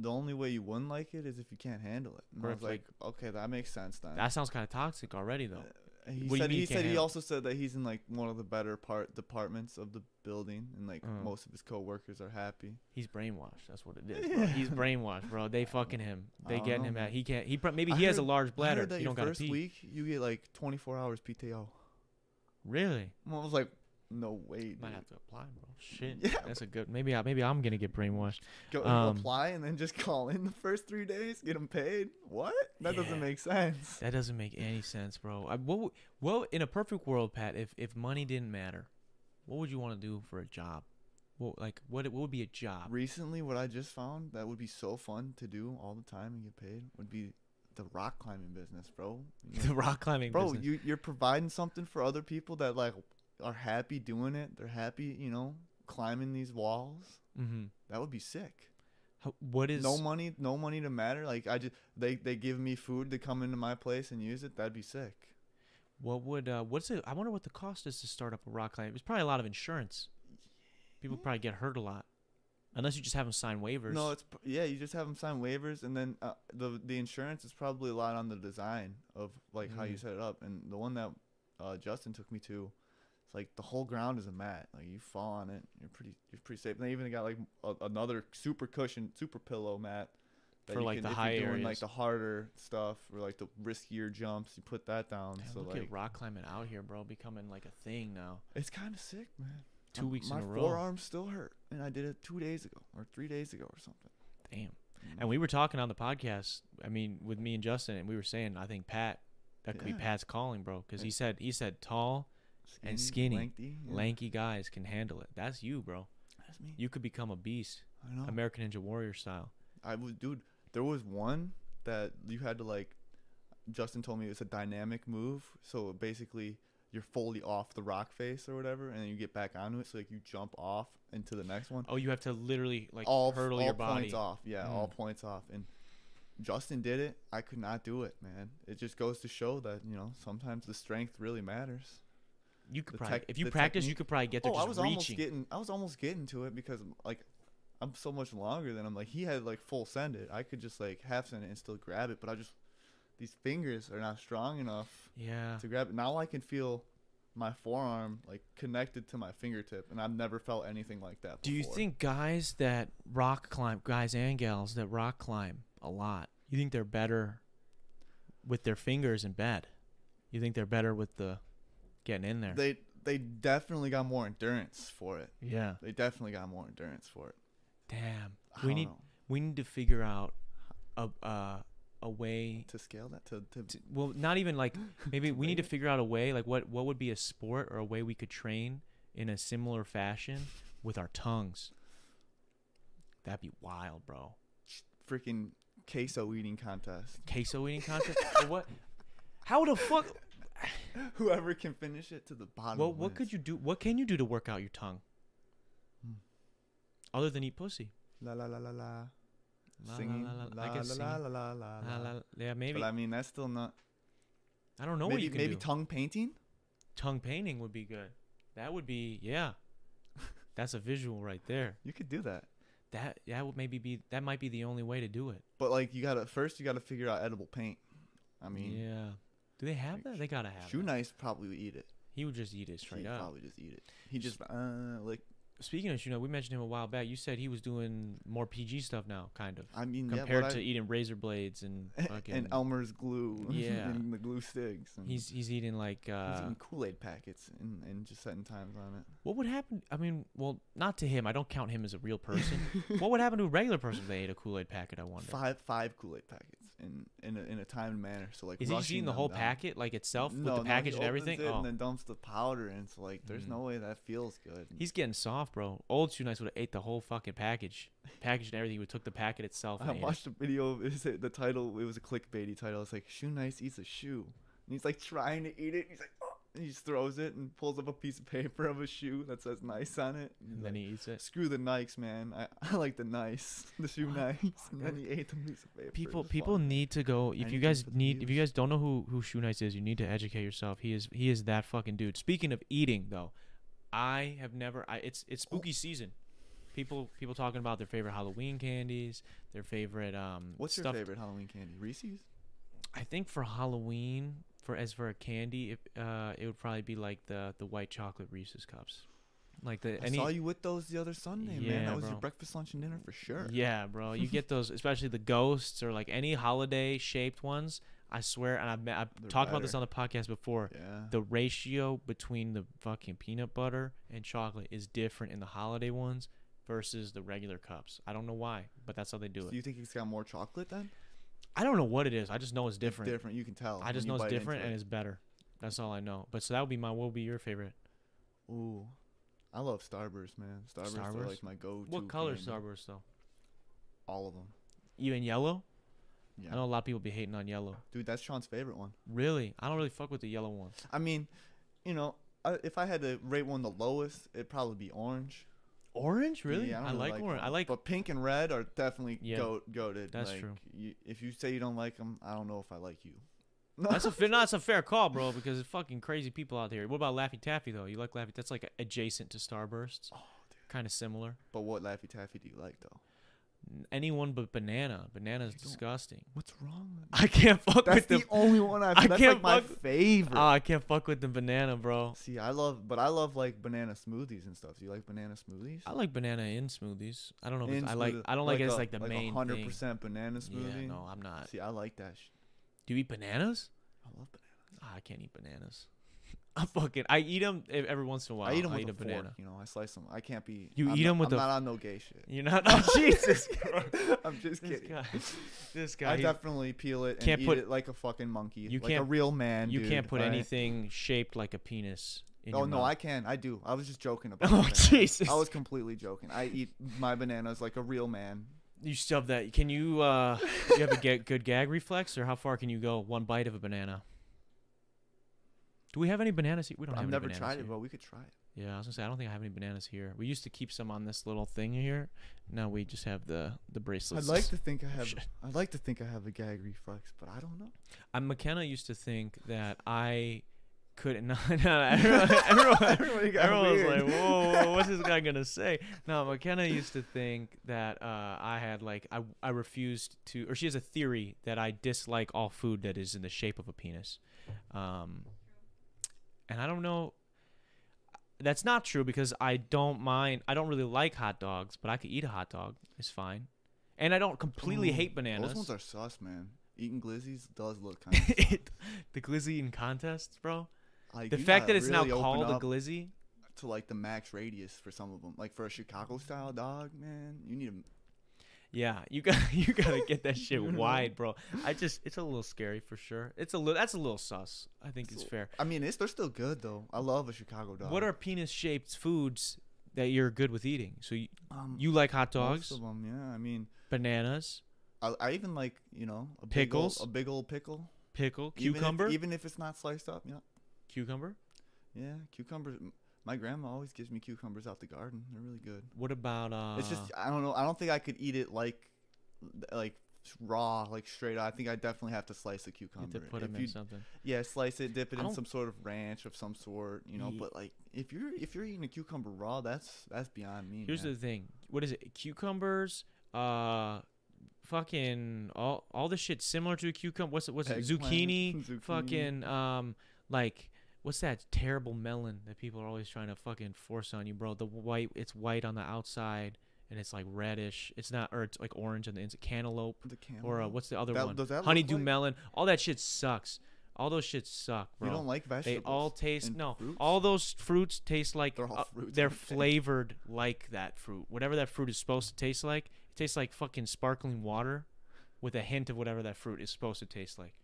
the only way you wouldn't like it is if you can't handle it. And
Or
I
if,
was like, okay, that makes sense then.
That sounds kind of toxic already, though.
And he
what do you
said
mean you
he
can't
said he
handle it?
also said that he's in like one of the better part departments of the building, and like
Uh-huh.
most of his coworkers are happy.
He's brainwashed. That's what it is. Bro. He's brainwashed, bro. They fucking him.
I
They
don't
getting
know,
him at.
man.
He can't. He prob- maybe
I
he has a
heard-
large
I
bladder.
heard that
He
your
don't gotta
first
pee.
week you get like 24 hours PTO.
Really?
And I was like, no way.
Might
dude.
have to apply, bro. Shit.
Yeah,
That's a good. Maybe I. Maybe I'm gonna get brainwashed.
Go
um,
apply and then just call in the first three days, get them paid. What? That
Yeah.
doesn't make sense.
That doesn't make any sense, bro. I, what? would- What? In a perfect world, Pat, if if money didn't matter, what would you want to do for a job? What like what? What would be a job?
Recently, what I just found that would be so fun to do all the time and get paid would be the rock climbing business, bro. You
the
know,
rock climbing
bro,
business.
you you're providing something for other people that like are happy doing it. They're happy, you know, climbing these walls.
mm-hmm.
That would be sick.
How, what is?
no money, no money to matter. Like I just they they give me food to come into my place and use it. That'd be sick.
What would uh what's it I wonder what the cost is to start up a rock climbing. It's probably a lot of insurance. People probably get hurt a lot. Unless you just have them sign waivers.
No, it's pr- yeah. You just have them sign waivers, and then uh, the the insurance is probably a lot on the design of like how you
Mm.
set it up. And the one that uh, Justin took me to, it's like the whole ground is a mat. Like you fall on it, you're pretty you're pretty safe. And they even got like a, another super cushion, super pillow mat that
For,
you
like, the
if
high
you're doing
areas.
like the harder stuff or like the riskier jumps. You put that down.
Man,
so
look
like
at rock climbing out here, bro, becoming like a thing now.
it's kind of sick, man.
Two
Um,
weeks in
my
a row.
forearm still hurt, and I did it two days ago or three days ago or something. Mm.
Damn. And we were talking on the podcast, I mean, with me and Justin, and we were saying I think Pat that could be
Yeah.
Pat's calling, bro, because he
Hey.
said he said tall, and skinny,
lanky, yeah.
lanky guys can handle it. That's you, bro.
That's me.
You could become a beast.
I know.
American Ninja Warrior style.
I was, dude. There was one that you had to like. Justin told me it's a dynamic move, so basically you're fully off the rock face or whatever, and then you get back onto it. So like you jump off into the next one.
Oh, you have to literally like
all
hurdle
all
your body.
points off. Yeah, all points off. And Justin did it. I could not do it, man. It just goes to show that you know sometimes the strength really matters.
You could
The
probably,
tech-
if you
the
practice, you
technique.
could probably get there
Oh,
just
I was almost
reaching.
getting. I was almost getting to it because like I'm so much longer than him. Like he had like full send it. I could just like half send it and still grab it. But I just these fingers are not strong enough
yeah,
to grab it. Now I can feel my forearm like connected to my fingertip, and I've never felt anything like that.
Do you
before.
think guys that rock climb, guys and gals that rock climb a lot, you think they're better with their fingers in bed? You think they're better with the getting in there?
they they definitely got more endurance for it?
yeah.
They definitely got more endurance for it.
Damn.
I
We
don't
need
know.
we need to figure out a uh, a way.
to scale that to, to
To, well, not even like maybe we need to
Right?
figure out a way like what what would be a sport or a way we could train in a similar fashion with our tongues. That'd be wild, bro.
freaking queso eating contest.
queso eating contest? Or what? How the fuck?
Whoever can finish it to the bottom.
Well, what could you do? What can you do to work out your tongue?
Hmm.
Other than eat pussy?
La la la la la.
La, la,
Singing.
la, la,
La
I
la
guess
la
singing.
la la la.
Ah, La, la,
la.
la- yeah, maybe.
But I mean, that's still not.
I don't know
maybe
what you can
maybe
do.
tongue painting.
tongue painting would be good. That would be yeah. That's a visual right there.
You could do that.
That that would maybe be that might be the only way to do it.
But like you gotta first you gotta figure out edible paint. I mean
yeah. Do they have that? They gotta have.
Shoe
that.
Nice probably would eat it.
He would just eat it straight
He'd
up.
probably just eat it. He just uh like
Speaking of Shoe Nice, we mentioned him a while back. You said he was doing more PG stuff now, kind of,
I mean yeah,
compared
what
to
I-
eating razor blades and fucking.
and Elmer's glue.
Yeah.
and the glue sticks. And
he's he's eating like
he's
uh,
eating Kool Aid packets and, and just setting times on it.
what would happen? I mean, well, not to him. I don't count him as a real person. what would happen to a regular person if they ate a Kool Aid packet? I wonder.
Five five Kool Aid packets in in a, in a timed manner. So like
Is he just
rushing
eating the
them
whole
down.
packet like itself
No,
with
no,
the
he
package and
opens
everything?
it
Oh. Mm.
And then dumps the powder, and it's like there's no way that feels good.
He's getting soft, bro. Old Shoe Nice would have ate the whole fucking package, package and everything. He would took the packet itself. And
I
ate it.
watched a video. Of, it was the title. It was a clickbaity title. It's like shoe nice eats a shoe, and he's like trying to eat it. And he's like, "Oh," and he just throws it and pulls up a piece of paper of a shoe that says nice on it.
and then he eats it.
Screw the Nikes, man. I, I like the nice, the shoe Nikes. And then he ate the piece of paper.
People,
Just
people
fuck.
need to go. If you
Anything
guys
for the
need, if you
views.
guys don't know who who Shoe Nice is, you need to educate yourself. He is he is that fucking dude. Speaking of eating, though, I have never. I it's it's
Oh.
spooky season. People people talking about their favorite Halloween candies, their favorite um.
What's your
stuffed-
favorite Halloween candy? Reese's.
I think for Halloween, for as for a candy, it, uh, it would probably be like the the white chocolate Reese's cups, like the
I
any.
saw you with those the other Sunday, man.
Yeah,
That was
bro.
your breakfast, lunch, and dinner for sure.
Yeah, bro. You get those, especially the ghosts or like any holiday shaped ones. I swear, and I've, me- I've
They're
talked about this on
better.
the podcast before.
Yeah.
The ratio between the fucking peanut butter and chocolate is different in the holiday ones versus the regular cups. I don't know why, but that's how they do
So
it.
you think it's got more chocolate then?
I don't know what it is. I just know it's different.
Different. You can tell.
I
when
just
you
know it's
bite into
different and
it.
it's better. That's all I know. But so that would be my. What would be your favorite?
Ooh, I love Starburst, man. Starburst, are
Starburst?
like my go-to.
What color
candy.
Starburst though?
All of them.
You in yellow?
Yeah.
I know a lot of people be hating on yellow.
Dude, that's Sean's favorite one.
Really? I don't really fuck with the yellow one.
I mean, you know, I, if I had to rate one the lowest, it'd probably be orange.
Orange, really?
Yeah,
I,
don't really
like, orange. I
them.
like.
But pink and red are definitely
Yeah,
goat goated.
that's
like,
true.
You, if you say you don't like them, I don't know if I like you.
that's a fair. No, that's a fair call, bro. Because there's fucking crazy people out here. What about Laffy Taffy though? You like Laffy? That's like adjacent to Starburst.
Oh,
Kind of similar.
But what Laffy Taffy do you like though?
N- Anyone but banana. Banana's
don't-
disgusting.
What's wrong? with
I can't fuck
That's
with the.
the only one I've.
I
that's
can't
like my
fuck-
favorite.
Ah, I can't fuck with the banana, bro.
See, I love, but I love like banana smoothies and stuff. Do you like banana smoothies?
I like banana in smoothies. I don't know. If
In
it's, I like.
smoothie-
I don't like, it as
a-
like the
a
main thing.
100% banana smoothie.
Yeah, no, I'm not.
See, I like that. Sh-
Do you eat bananas?
I love banana.
Ah, I can't eat bananas. I fucking. I eat them every once in a while.
I eat them
I'll
with
eat
a,
a banana.
fork. You know, I slice them. I can't be.
You
I'm
eat
not-
'em with
I'm
a-
not on no gay shit.
You're not. Oh, Jesus. Christ.
I'm just
This
kidding.
guy, this guy,
I
he's-
definitely peel it and
can't
eat
put-
it like a fucking monkey.
You
like a
can't-
real man.
you
dude,
can't put
right?
anything shaped like a penis. In
Oh
your
no,
mouth.
I can. I do. I was just joking about.
Oh,
it.
Jesus.
I was completely joking. I eat my bananas like a real man.
You shove that. Can you? uh do You have a ga- good gag reflex, or how far can you go? One bite of a banana. Do we have any bananas here? We don't have
I've
any
never
bananas
tried
here.
it, but we could try it.
Yeah, I was gonna say I don't think I have any bananas here. We used to keep some on this little thing here. Now we just have the the
I'd
bracelets.
like to think I have.
shit.
I'd like to think I have a gag reflex, but I don't know.
I, McKenna used to think that I couldn't. No, no, everyone, everyone,
Everybody got
everyone was
weird.
like, whoa, whoa, what's this guy gonna say? No, McKenna used to think that uh, I had like I I refused to, or she has a theory that I dislike all food that is in the shape of a penis, um, and I don't know. That's not true because I don't mind. I don't really like hot dogs, but I could eat a hot dog. It's fine, and I don't completely
Ooh,
hate bananas.
Those ones are sus, man. Eating glizzies does look kind of.
It- the glizzy eating contests, bro.
Like,
The
you
fact that
gotta
it's
really
now
open
called a
up
glizzy,
to like the max radius for some of them. Like for a Chicago style dog, man, you need a.
yeah, you got you gotta get that shit
You know?
wide, bro. I just it's a little scary for sure. It's a little that's a little sus. I think it's
So-
fair.
I mean, it's they're still good though. I love a Chicago dog.
What are penis shaped foods that you're good with eating? So you,
um,
you like hot
most
dogs,
of 'em, yeah. I mean,
bananas,
I, I even like you know a
Pickles?
big old, a big old pickle,
pickle,
Even if-
cucumber,
even if, it's not sliced up. Yeah,
cucumber.
yeah, cucumbers. m- My grandma always gives me cucumbers out the garden. They're really good.
What about uh?
It's just I don't know. I don't think I could eat it like, like just raw, like straight out. I think I definitely have to slice a
You have
cucumber.
to put
if
them
you-
in something.
yeah, slice it, dip it
I
in
don't-
some sort of ranch of some sort, you know.
Ye-
But like, if you're if you're eating a cucumber raw, that's that's beyond me.
Here's
man.
the thing. What is it? Cucumbers. Uh, fucking all all the shit similar to a cucumber. What's it? What's it?
Eggplant,
Zucchini.
zucchini.
Fucking um, like what's that terrible melon that people are always trying to fucking force on you, bro? The white. It's white on the outside and it's like reddish. It's not or it's like orange on the inside. Cantaloupe.
the
Or uh,
cantaloupe.
what's the other
That-
one?
does that look
Honeydew
like-
melon. All that shit sucks. All those shit suck, bro.
You don't like
They
vegetables.
all taste
and
no.
fruits?
All those fruits taste like
They're all
uh,
fruits,
they're
aren't they?
flavored like that fruit. Whatever that fruit is supposed to taste like, it tastes like fucking sparkling water, with a hint of whatever that fruit is supposed to taste like.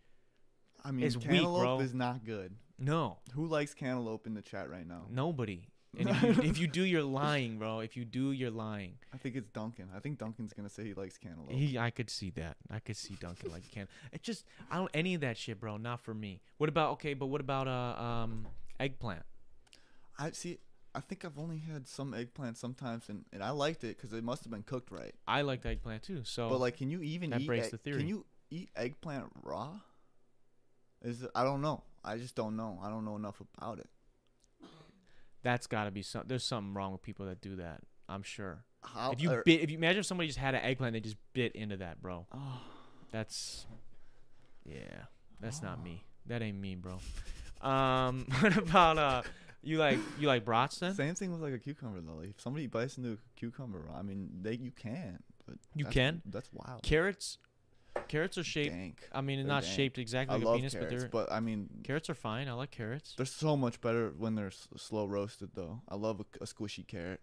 I mean,
is weak,
cantaloupe
bro.
is not good.
No,
Who likes cantaloupe in the chat right now?
nobody. And if you, if you do, you're lying, bro. If you do, you're lying.
I think it's Duncan. I think Duncan's gonna say he likes cantaloupe.
He, I could see that. I could see Duncan like can. It just I don't any of that shit, bro. Not for me. What about okay? But what about uh um eggplant?
I see. I think I've only had some eggplant sometimes, and, and I liked it because it must have been cooked right.
I like the eggplant too. So
But like, can you even
Oh, That
eat
breaks
egg-
the theory.
Can you eat eggplant raw? Is it- I don't know. I just don't know. I don't know enough about it.
that's got to be some. There's something wrong with people that do that. I'm sure.
How er,
if you
or-
bit, if you imagine if somebody just had an eggplant, they just bit into that, bro.
Oh,
That's, yeah, that's not me. That ain't me, bro. Um, what about uh, you like you like brats then?
same thing with like a cucumber though. Like, if somebody bites into a cucumber, raw, I mean, they you can. But
You
that's-
can?
That's wild.
Carrots, carrots are shaped.
Dank.
I mean,
They're
not
dank.
shaped exactly
I
like a
love
penis,
carrots,
but they're
I mean,
carrots are fine. I like carrots.
They're so much better when they're s- slow roasted, though. I love a, a squishy carrot.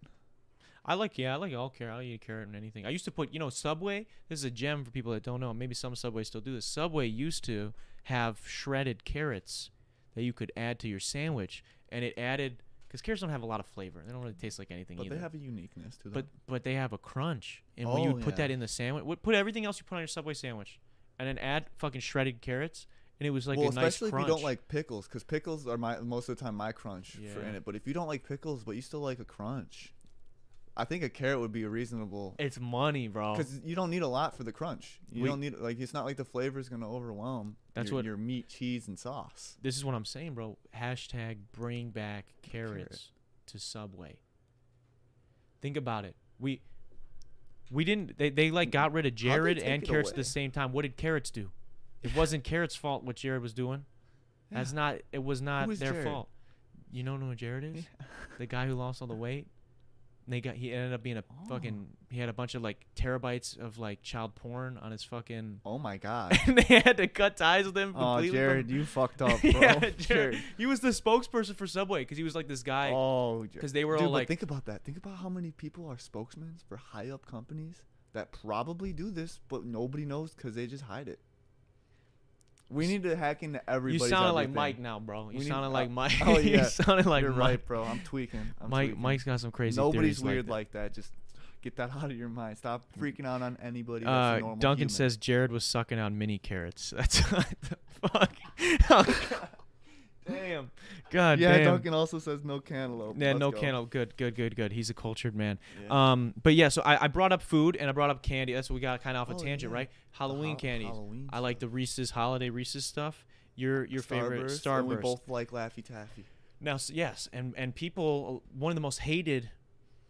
I like yeah, I like all carrot. I'll eat a carrot and anything. I used to put you know Subway. This is a gem for people that don't know. Maybe some Subways still do this. Subway used to have shredded carrots that you could add to your sandwich, and it added because carrots don't have a lot of flavor. They don't really taste like anything
But
either.
they have a uniqueness to them.
but but they have a crunch, and when you
Oh,
would put
yeah.
that in the sandwich, would put everything else you put on your Subway sandwich, and then add fucking shredded carrots, and it was like
well,
a nice
especially
crunch.
if you don't like pickles, because pickles are my most of the time my crunch for
Yeah.
in it. But if you don't like pickles, but you still like a crunch, I think a carrot would be a reasonable.
it's money, bro.
Because you don't need a lot for the crunch. You
We-
don't need like it's not like the flavor is gonna overwhelm.
That's
your,
what-
your meat, cheese, and sauce.
This is what I'm saying, bro. Hashtag bring back carrots
Carrot.
to Subway. Think about it. We we didn't they, they like got rid of Jared
take
and
it
carrots at the
away?
same time. What did carrots do? It wasn't carrots' fault what Jared was doing. That's not it was not
is
their
Jared?
fault. You know who Jared is? The guy who lost all the weight. And they got he ended up being a
Oh.
fucking he had a bunch of like terabytes of like child porn on his fucking
Oh my god.
and they had to cut ties with him
oh,
completely. from-
Jared, you fucked up, bro.
yeah, Jared.
Jared.
He was the spokesperson for Subway because he was like this guy.
Oh,
'cause they were all
but
like-
think about that. Think about how many people are spokesmen for high up companies that probably do this, but nobody knows because they just hide it. We need to hack into
you
everybody's.
sounded like
everything.
Mike now, bro. You
We need-
sounded
uh,
like Mike.
oh, yeah.
you sounded like
You're
Mike.
right, bro. I'm tweaking. I'm
Mike.
tweaking.
Mike's got some crazy.
Nobody's
theories
weird
like,
like that. Just get that out of your mind. Stop freaking out on anybody.
that.
That's a
Uh,
normal
Duncan
human.
says Jared was sucking on mini carrots. That's what the fuck. damn. God
Yeah,
damn.
Duncan also says no cantaloupe.
Yeah,
Oh, Let's
no
go.
cantaloupe. Good, good, good, good. He's a cultured man.
Yeah.
Um, but yeah, so I, I brought up food and I brought up candy. That's what we got kind of off
Oh,
a tangent,
yeah.
right? Halloween
Hol-
candies.
Halloween
I like the
stuff.
Reese's holiday Reese's stuff. Your your favorite
Starburst, and We
Starburst.
both like Laffy Taffy.
Now, s- yes, and and people, one of the most hated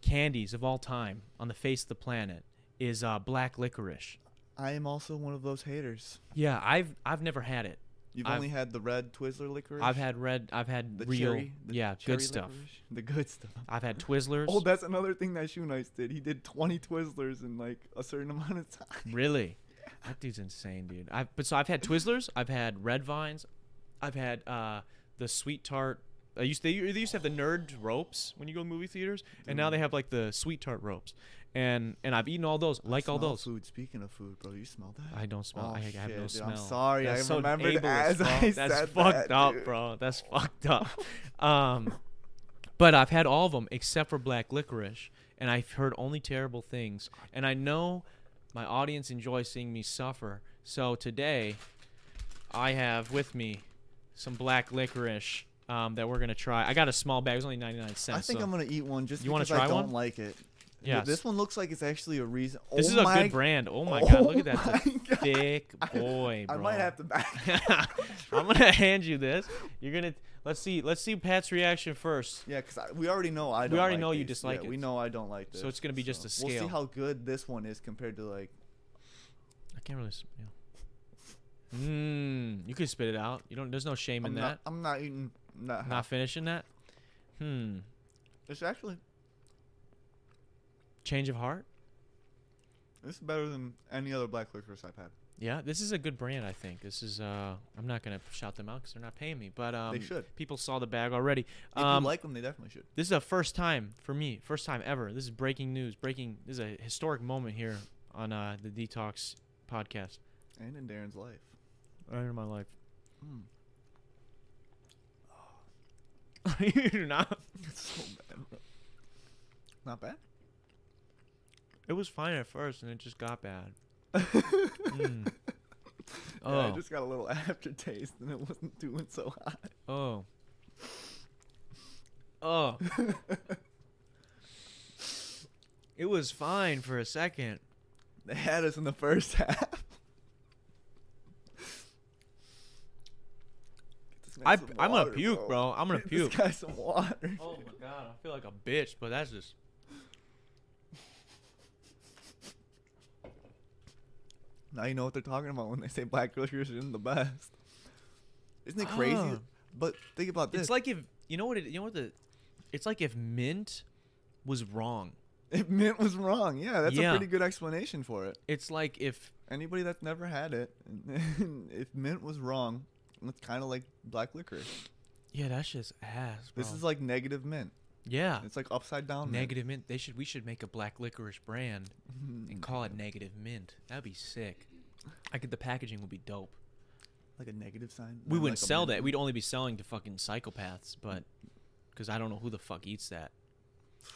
candies of all time on the face of the planet is uh, black licorice.
I am also one of those haters.
Yeah, I've I've never had it.
You've
I've-
only had the red Twizzler licorice.
I've had red. I've had
the
real.
cherry. The
yeah,
cherry
good stuff.
licorice. The good stuff.
I've had Twizzlers.
Oh, that's another thing that Shoe Nice did. He did 20 Twizzlers in like a certain amount of time.
Really? That dude's insane, dude. I but so I've had Twizzlers, I've had Red Vines, I've had uh the sweet tart. I used they, they used to have the nerd ropes when you go to movie theaters, and now they have like the sweet tart ropes. And and I've eaten all those, like all
Smell
those.
Food. Speaking of food, bro, you smell that?
I don't smell.
Oh,
I, I have no
shit, dude,
smell.
I'm sorry.
That's
I
so
remembered
ableist,
as
bro.
I
That's
said
fucked
that,
up,
dude.
bro. That's fucked up. Um, but I've had all of them except for black licorice, and I've heard only terrible things. And I know my audience enjoys seeing me suffer. So today, I have with me some black licorice um, that we're gonna try. I got a small bag. It was only 99 cents.
I think
so-
I'm gonna eat one just
You wanna
because I
try
don't
one?
like it. Yeah.
Yes.
This one looks like it's actually a reason.
This
oh
is a
my,
good brand. Oh my god, look at that
my God.
thick boy,
I
bro.
might have to back.
I'm gonna hand you this. You're gonna let's see let's see Pat's reaction first.
Yeah, because we already know I
We
don't.
already
like
know you
these.
dislike
yeah,
it.
We know I don't like this.
So it's gonna be just a
We'll
scale.
see how good this one is compared to like.
I can't really. s- Yeah. Mmm. You could spit it out. You don't. There's no shame
I'm
in
not, uh-huh. I'm not eating. Not,
that.
half.
Not finishing that. Hmm.
It's actually
Change of heart.
this is better than any other black licorice I've had.
Yeah, this is a good brand. I think this is. Uh, I'm not gonna shout them out because they're not paying me. But um,
should.
People saw the bag already.
If
Um,
you like them, they definitely should.
This is a first time for me, first time ever. This is breaking news, breaking. This is a historic moment here on uh, the Detox podcast.
And in Darren's life.
Right in my life.
Mm.
you do not.
It's so bad. Not bad.
It was fine at first, and it just got bad. Mm.
Yeah, I
Oh.
just got a little aftertaste, and it wasn't doing so hot.
Oh. Oh. it was fine for a second.
They had us in the first half. Get this man
I,
some
I'm gonna
water,
puke, bro. I'm gonna
Get
puke.
This guy some water.
Oh my god, I feel like a bitch, but that's just.
Now you know what they're talking about when they say black licorice isn't the best. Isn't it crazy?
Ah.
But think about this.
It's like if you know what it, you know what the, it's like if mint was wrong.
If mint was wrong. Yeah, that's
Yeah.
a pretty good explanation for it.
It's like if
Anybody that's never had it, if mint was wrong, it's kind of like black licorice.
yeah, that's just ass. Bro.
This is like negative mint.
yeah,
It's like upside down. mint.
Ah. negative mint. They should we should make a black licorice brand
Mm.
and call it negative mint. That'd be sick. I could the packaging would be dope.
like a negative sign.
We
then
wouldn't
like a
sell
mint.
that. We'd only be selling to fucking psychopaths, but because I don't know who the fuck eats that.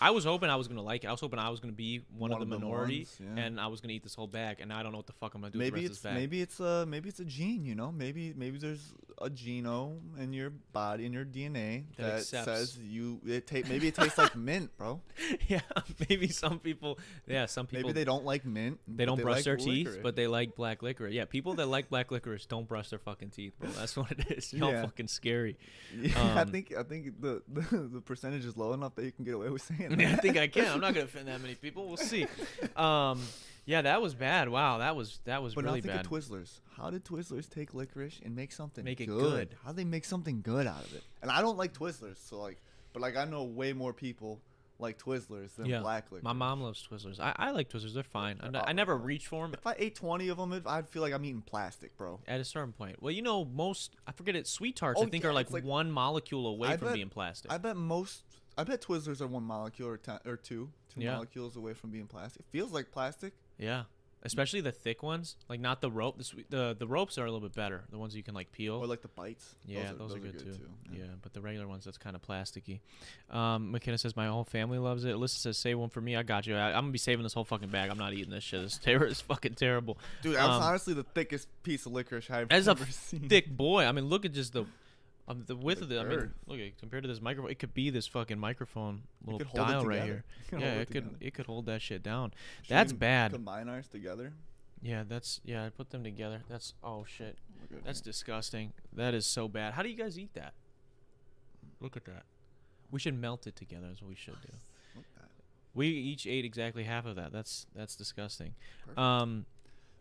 I was hoping I was gonna like it. I was hoping I was gonna be one, of
One
the
of the
minority,
ones, yeah.
and I was gonna eat this whole bag. And I don't know what the fuck I'm gonna do.
maybe
with the rest
it's
of this bag.
maybe it's a maybe it's a gene. You know, maybe maybe there's a genome in your body in your DNA
That
that,
accepts.
says you. It ta- maybe it tastes like mint, bro.
yeah, maybe some people. Yeah, some people.
Maybe they don't like mint.
they
but
don't brush
like
their teeth,
licorice.
but they like black licorice. Yeah, people that like black licorice don't brush their fucking teeth, bro. That's what it is. How
Yeah.
fucking scary.
Yeah,
um,
I think I think the, the the percentage is low enough that you can get away with saying. That.
I think I can. I'm not gonna offend that many people. We'll see. Um, yeah, that was bad. Wow, that was that was
But
really
now think of
bad.
Twizzlers. How did Twizzlers take licorice and make something
Make it good.
How did they make something good out of it? And I don't like Twizzlers, so like, but like I know way more people like Twizzlers than
yeah,
black licorice.
my mom loves Twizzlers. I, I like Twizzlers. They're fine. I'm not, I
awful.
never reach for them.
If I ate twenty of them, it, I'd feel like I'm eating plastic, bro.
At a certain point, well, you know, most I forget it. Sweet tarts,
Oh,
I think,
yeah,
are like,
it's like-
one molecule away
I
from
bet-
being plastic.
I bet most. I bet Twizzlers are one molecule or, ten, or two, two
Yeah.
molecules away from being plastic. It feels like plastic.
Yeah, especially the thick ones, like not the rope. The swe- the the ropes are a little bit better. The ones you can like peel.
Or like the bites.
Oh. yeah, those, are, good, too. Yeah. but the regular ones that's kind of plasticky. Um, McKenna says my whole family loves it. Alyssa says save one for me. I got you. I, I'm gonna be saving this whole fucking bag. I'm not eating this shit. This terror is fucking terrible.
Dude, that was
Um,
honestly the thickest piece of licorice I've
That's a
ever seen.
thick boy. I mean, look at just the. Um, the width
The
of the, I mean,
girth.
look at compared to this microphone, it could be this fucking microphone little
could hold it
dial right
together.
here.
It could
yeah,
hold
it,
it
could
together.
it could hold that shit down.
Should
That's
we
bad.
Combine ours together. Oh
Yeah, that's yeah. I put them together. That's oh shit.
We're good,
That's disgusting. That is so bad. How do you guys eat that? Look at that. We should melt it together. Is what we should do.
right? Look at that.
We each ate exactly half of that. That's that's disgusting.
Perfect.
Um,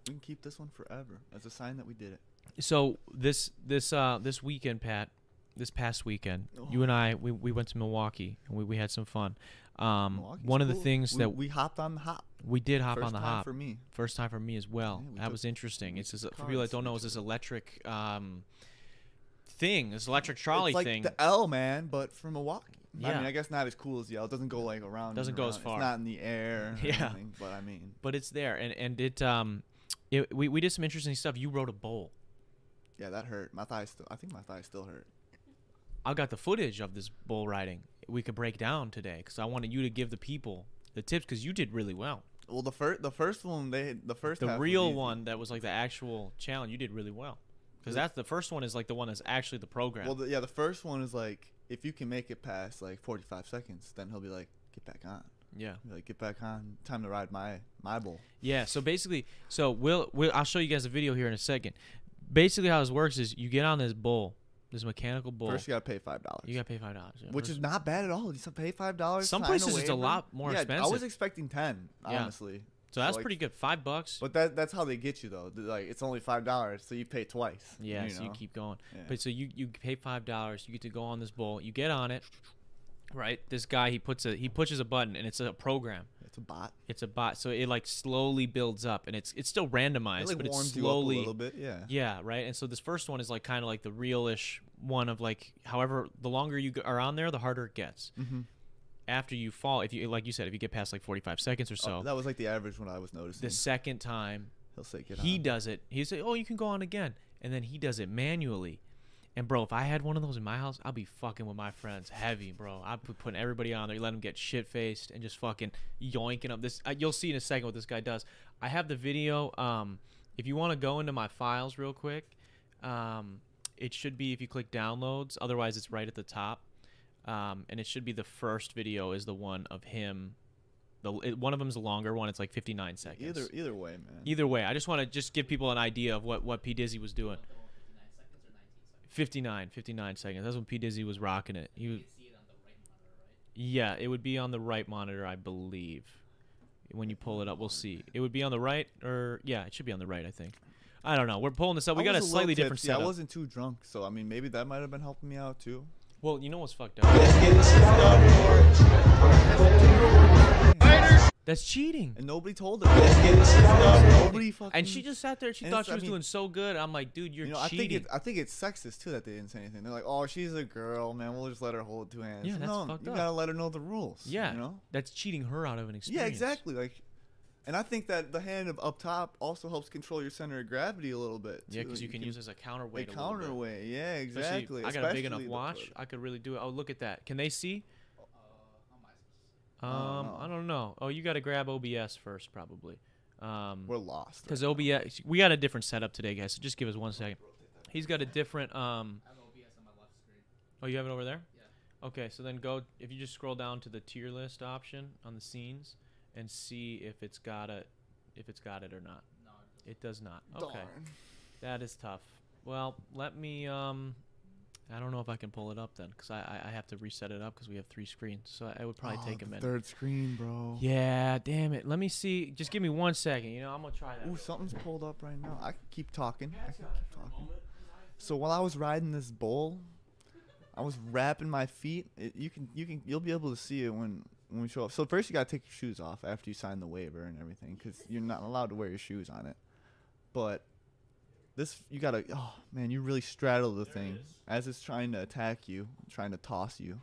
We can keep this one forever as a sign that we did it.
so this this uh this weekend, Pat, this past weekend,
Oh.
you and I we, we went to Milwaukee and we, we had some fun. Um,
Milwaukee's
one of the
cool.
things
we,
that we,
we hopped on the hop.
did hop
First
on the
time
hop.
for me.
First time for me as well.
Yeah, we
that
took-
was interesting.
we
It's this,
took
for people that
cars
don't know, it's this electric um thing, this electric trolley
it's like
thing.
the L man, but from Milwaukee. I
Yeah.
mean, I guess not as cool as the L. It doesn't go like around. and
Doesn't go as
around.
far.
It's not in the air. Or
Yeah.
anything, but I mean,
but it's there and and it um it, we, we did some interesting stuff you rode a bowl
yeah, that hurt. My thighs still. I think my thighs still hurt.
i got the footage of this bull riding we could break down today because i wanted you to give the people the tips because you did really well
Well, the first, the first one, they the first
the
half was
real
easy.
one that was like the actual challenge you did really well because
The-
that's the first one is like the one that's actually the program
Well, the, yeah, the first one is like if you can make it past like 45 seconds, then he'll be like, get back on.
Yeah.
Be like, get back on. Time to ride my my bull.
Yeah. So basically, so we'll, we'll I'll show you guys a video here in a second. Basically, how this works is you get on this bull, this mechanical bull.
First, you gotta pay five dollars.
you gotta pay five dollars,
which is not bad at all. You pay five dollars.
Some places it's a lot more
yeah, I was
expensive.
expecting ten,
Yeah.
honestly.
so that's
like,
pretty good. Five bucks.
But that that's how they get you though. They're Like it's only five dollars, so you pay twice.
Yeah,
you
so you
know?
keep going.
Yeah.
But so you you pay five dollars, you get to go on this bull, you get on it, right? This guy he puts a he pushes a button and it's a program.
It's a bot.
It's a bot, so it like slowly builds up and it's it's still randomized,
It like
but it's
warms
slowly
you up a little bit. Yeah.
yeah, right. And so this first one is like kind of like the realish one of like, however, the longer you g- are on there, the harder it gets.
Mhm.
After you fall, if you like you said, if you get past like forty five seconds or so,
Oh, that was like the average one I was noticing.
the second time
He'll say get
he
on.
does it. He say, "Oh, you can go on again," and then he does it manually. And bro, if I had one of those in my house, I'd be fucking with my friends heavy, bro. I'd be putting everybody on there, let them get shit faced, and just fucking yoinking up. This uh, you'll see in a second what this guy does. I have the video. Um, if you want to go into my files real quick, um, it should be if you click downloads. Otherwise, it's right at the top, um, and it should be the first video is the one of him. The it, one of them's a longer one. It's like 59 seconds.
Either either way, man.
Either way, I just want to just give people an idea of what what P Dizzy was doing. 59, 59 seconds. That's when P Dizzy was rocking it. He was, yeah, it would be on the right monitor, I believe. When you pull it up, we'll see. It would be on the right, or yeah, it should be on the right, I think. I don't know. We're pulling this up. We
I
got a
was little
slightly different
tipsy. I
setup.
wasn't too drunk, so I mean maybe that might have been helping me out too.
well, you know what's fucked up? That's cheating.
And nobody told her. nobody fucking.
And she just sat there. She
And
thought
it's-
she
I
was
mean-
doing so good. I'm like, dude, you're
You know, I think
cheating.
it, I think it's sexist too that they didn't say anything. They're like, "Oh, she's a girl, man. We'll just let her hold two hands."
Yeah, that's
no,
fucked
you
up.
gotta let her know the rules.
yeah,
you know.
that's cheating her out of an experience.
Yeah, exactly. Like, and I think that the hand of up top also helps control your center of gravity a little bit.
Yeah,
too.
because you can use it as a
a
counterweight. A little bit.
counterweight. Yeah,
Especially-
exactly.
I got a big enough
Especially the
watch.
photo.
I could really do it. Oh, look at that. Can they see? Um,
don't know.
I don't know. Oh, you got to grab OBS first, probably. Um,
We're lost.
because OBS, we got a different setup today, guys. So just give us one second. He's got a different. Um, oh, you have it over there. Yeah. Okay, so then go if you just scroll down to the tier list option on the scenes and see if it's got a, if it's got it or not. No, it does not. Okay.
Darn.
That is tough. Well, let me. Um, I don't know if I can pull it up then, because I, I I have to reset it up because we have three screens, so it would probably
Oh,
take a
the
minute.
Third screen, bro.
Yeah, damn it. Let me see. Just give me one second. You know, I'm gonna try that.
Ooh,
real-
something's pulled up right now. I can keep talking. I can keep talking. So while I was riding this bull, I was wrapping my feet. It, you can, you can, you'll be able to see it when when we show up. So first, you gotta take your shoes off after you sign the waiver and everything, because you're not allowed to wear your shoes on it. But this, you gotta. Oh man, you really straddle the thing as it's trying to attack you, trying to toss you.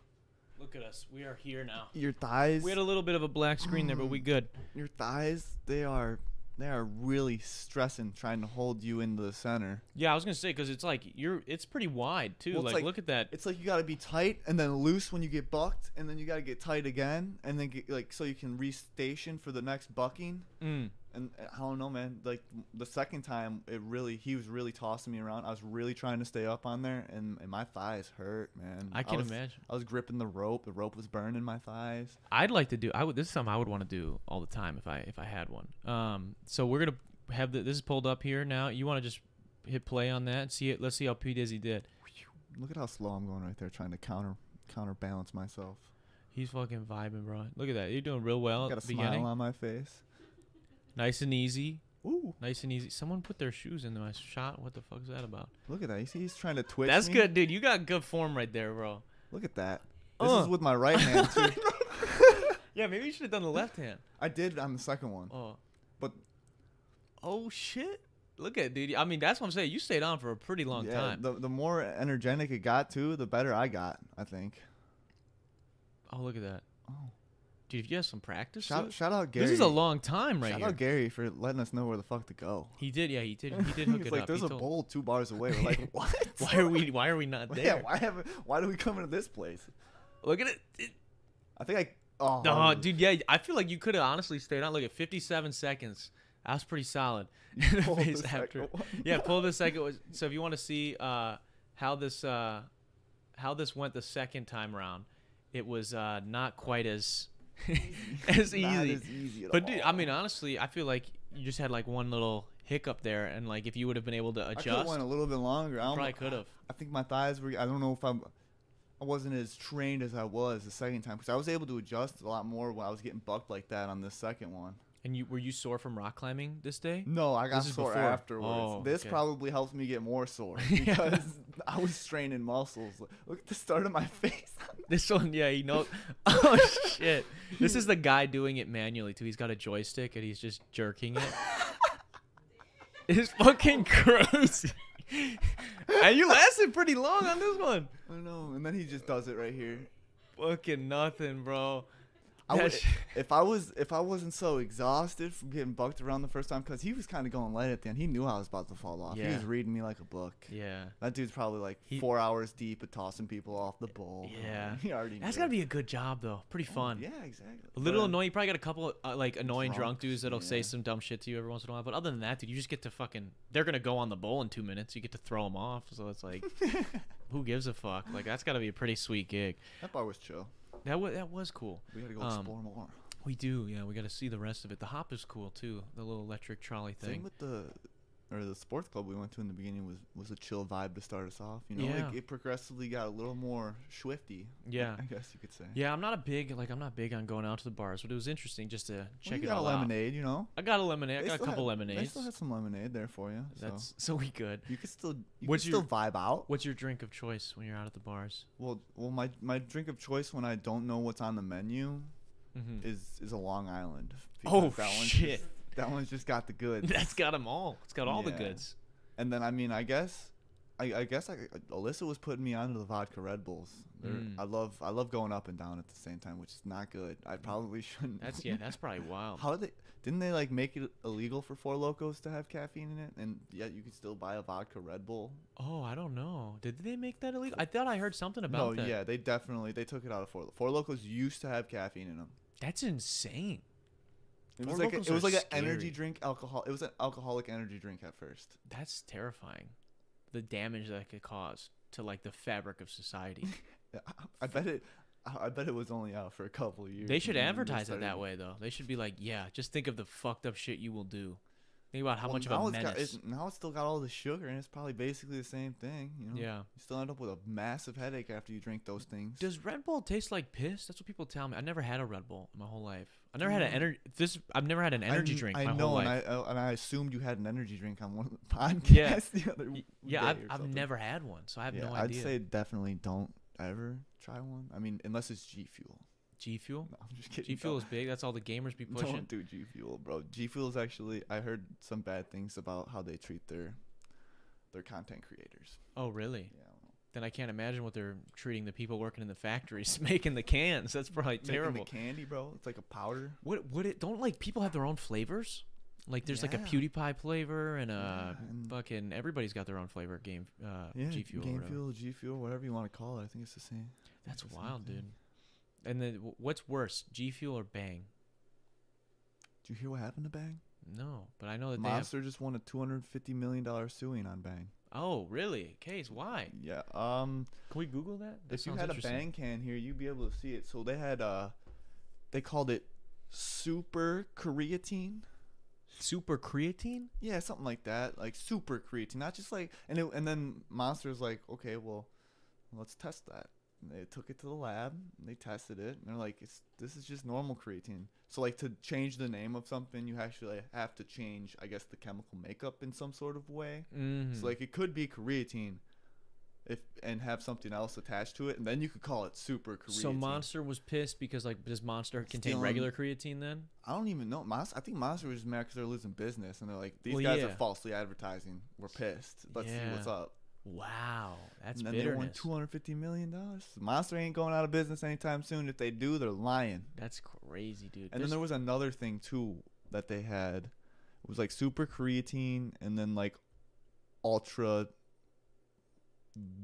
Look at us. We are here now.
Your thighs,
We had a little bit of a black screen there, but we good.
your thighs, they are, they are really stressing trying to hold you into the center.
Yeah, I was gonna say because it's like you're. It's pretty wide too.
Well, it's
like,
like-
look at that.
It's like you gotta be tight and then loose when you get bucked, and then you gotta get tight again, and then get like so you can restation for the next bucking.
Mm.
And and I don't know, man. Like the second time, it really he was really tossing me around. I was really trying to stay up on there, and, and my thighs hurt, man.
I can
was-
imagine.
I was gripping the rope. The rope was burning my thighs.
I'd like to do. I would. This is something I would want to do all the time if I if I had one. Um. So we're gonna have the, this is pulled up here now. You want to just hit play on that? See it. Let's see how P Dizzy did.
Look at how slow I'm going right there, trying to counter counterbalance myself.
He's fucking vibing, bro. Look at that. You're doing real well
Got
at
a
the Oh, beginning.
smile on my face.
Nice and easy.
Ooh,
Nice and easy. Someone put their shoes in my shot. What the fuck is that about?
look at that. You see, he's trying to twitch.
That's
me?
good, dude. You got good form right there, bro.
Look at that. This
Uh.
is with my right hand too.
Yeah, maybe you should have done the left hand.
I did on the second one.
Oh.
But-
Oh shit. Look at dude. I mean, that's what I'm saying. You stayed on for a pretty long
yeah,
time.
The, the more energetic it got too, the better I got, I think.
oh, look at that.
Oh.
Dude, if you have some practice,
Shout,
dude-
shout out Gary.
this is a long time right
Shout
here.
out Gary for letting us know where the fuck to go.
He did, yeah, he did. He did hook
He's
it
like,
up.
There's
he
a
told-
bowl two bars away. We're like, what?
Why are we? Why are we not there?
yeah, why have why do we come into this place?
Look at it. it
I think I oh
No, dude, yeah, I feel like you could have honestly stayed on. Look at 57 seconds. That was pretty solid. And
pulled the
face
second
after-
one.
yeah, pull the second. one. So if you want to see uh, how this uh, how this went the second time round, it was uh, not quite as as
Not
easy.
as easy at
But dude, I
all.
mean, honestly, I feel like you just had like one little hiccup there, and like if you would have been able to
I could have
adjust,
went
you
a little bit longer. I don't,
probably could have.
I think my thighs were. I don't know if I'm. I wasn't as trained as I was the second time because I was able to adjust a lot more when I was getting bucked like that on this second one.
And you were you sore from rock climbing this day?
No, I got
This is
sore
before.
afterwards.
Oh,
this
okay.
probably helped me get more sore
Yeah.
because I was straining muscles. Look at the start of my face.
This one, yeah, you know. Oh shit! This is the guy doing it manually too. He's got a joystick and he's just jerking it. It's fucking crazy. and you lasted pretty long on this one.
I know. And then he just does it right here.
Fucking nothing, bro.
I
That
would,
sh-
if I was if I wasn't so exhausted from getting bucked around the first time because he was kind of going light at the end. He knew I was about to fall off. He was
Yeah.
reading me like a book.
Yeah.
That dude's probably like
He-
four hours deep of tossing people off the bowl.
Yeah.
Oh, he already.
That's
knew.
gotta be a good job though. Pretty fun.
Yeah, exactly.
A little
But
annoying. You probably got a couple uh, like annoying drunk
Drunks,
dudes that'll say
yeah.
some dumb shit to you every once in a while. But other than that, dude, you just get to fucking. They're gonna go on the bowl in two minutes. You get to throw them off. So it's like, who gives a fuck? Like that's gotta be a pretty sweet gig.
That bar was chill.
That was that was cool.
We had to go
Um,
explore more.
We do. Yeah, we gotta see the rest of it. The hop is cool too. The little electric trolley
Same
thing.
with the or the sports club we went to in the beginning was was a chill vibe to start us off. You know,
Yeah.
like it progressively got a little more swifty.
Yeah.
I guess you could say.
Yeah, I'm not a big like I'm not big on going out to the bars, but it was interesting just to
Well,
check
you
it
got a
all out.
lemonade, you know.
I got a lemonade. I
They
got a
still
couple
had- They
lemonades.
still had some lemonade there for you. So
That's so we good.
you could still you could
What's
still
your-
vibe out.
What's your drink of choice when you're out at the bars?
Well, well, my my drink of choice when I don't know what's on the menu
Mm-hmm.
is is a Long Island.
Oh,
because one's
shit.
just- that one's just got the goods.
That's got them all. It's got all the
Yeah.
goods.
And then I mean, I guess, I, I guess I, Alyssa was putting me onto the vodka Red Bulls. They're-
Mm.
I love I love going up and down at the same time, which is not good. I probably shouldn't.
That's yeah. That's probably wild.
How did they? Didn't they like make it illegal for Four Locos to have caffeine in it, and yet you could still buy a vodka Red Bull?
Oh, I don't know. Did they make that illegal? I thought I heard something about
no,
that.
yeah, they definitely they took it out of Four Locos. Four Locos used to have caffeine in them.
That's insane.
It
Four
was like a,
Locos
it was
are
like an energy
scary.
drink alcohol. It was an alcoholic energy drink at first.
That's terrifying. The damage that could cause to like the fabric of society.
Yeah, I, I bet it. I I bet it was only out for a couple of years.
they should
and then
advertise it
started-
that way though. They should be like, yeah, just think of the fucked up shit you will do. Think about how
Well,
much of
now
a
it's got-
menace.
it's- now it's still got all the sugar, and it's probably basically the same thing. You know,
yeah.
you still end up with a massive headache after you drink those things.
Does Red Bull taste like piss? That's what people tell me. I never had a Red Bull in my whole life. I never had an
Mm.
energy. This I've never had an
I
energy
kn-
drink
I
my
know,
whole life.
and I uh, and I assumed you had an energy drink on one of the
Yeah.
podcasts the other
Y-
w-
yeah,
day
I've,
or
I've
something.
never had one, so I have
Yeah,
no
I'd
idea.
say definitely don't ever try one. I mean, unless it's G Fuel.
G Fuel.
No, I'm just kidding.
G Fuel
don't-
is big. That's all the gamers be pushing.
Don't do G Fuel, bro. G Fuel is actually I heard some bad things about how they treat their their content creators.
Oh, really?
Yeah, I don't know.
Then I can't imagine what they're treating the people working in the factories making the cans. That's probably
Making
terrible.
the candy, bro. It's like a powder.
What would it? Don't like people have their own flavors? Like there's like a
Yeah.
PewDiePie flavor and a
Yeah, and-
fucking everybody's got their own flavor. Game uh,
Yeah,
G Fuel. or
Game
whatever.
Fuel, G Fuel, whatever you want to call it. I think it's the same.
That's
the same
wild,
thing.
dude. And then wh- what's worse, G Fuel or Bang?
Did you hear what happened to Bang?
No, but I know that
Monster just won a two hundred fifty million dollar suing on Bang.
they have. Oh, really? Case, why?
Yeah. Um,
Can we Google that? that
if you
sounds
had a
interesting.
Bang can here, you'd be able to see it. So they had uh, they called it super creatine.
super creatine.
Yeah, something like that, like super creatine, not just like and it, and then Monster's like, okay, well, let's test that. And they took it to the lab, and they tested it, and they're like, it's this is just normal creatine. So like to change the name of something, you actually have to change, I guess, the chemical makeup in some sort of way.
Mm.
So like it could be creatine, if and have something else attached to it, and then you could call it super creatine.
So Monster was pissed because like does Monster contain
Stealing-
regular creatine then?
I don't even know. Monster, I think Monster was just mad because they're losing business, and they're like, these
Well,
guys
yeah.
are falsely advertising. We're pissed. Let's see what's
Yeah.
up.
Wow, that's
and then
bitterness.
they won two hundred fifty million dollars. Monster ain't going out of business anytime soon. If they do, they're lying.
That's crazy, dude.
And then there was another thing too that they had. It was like super creatine and then like ultra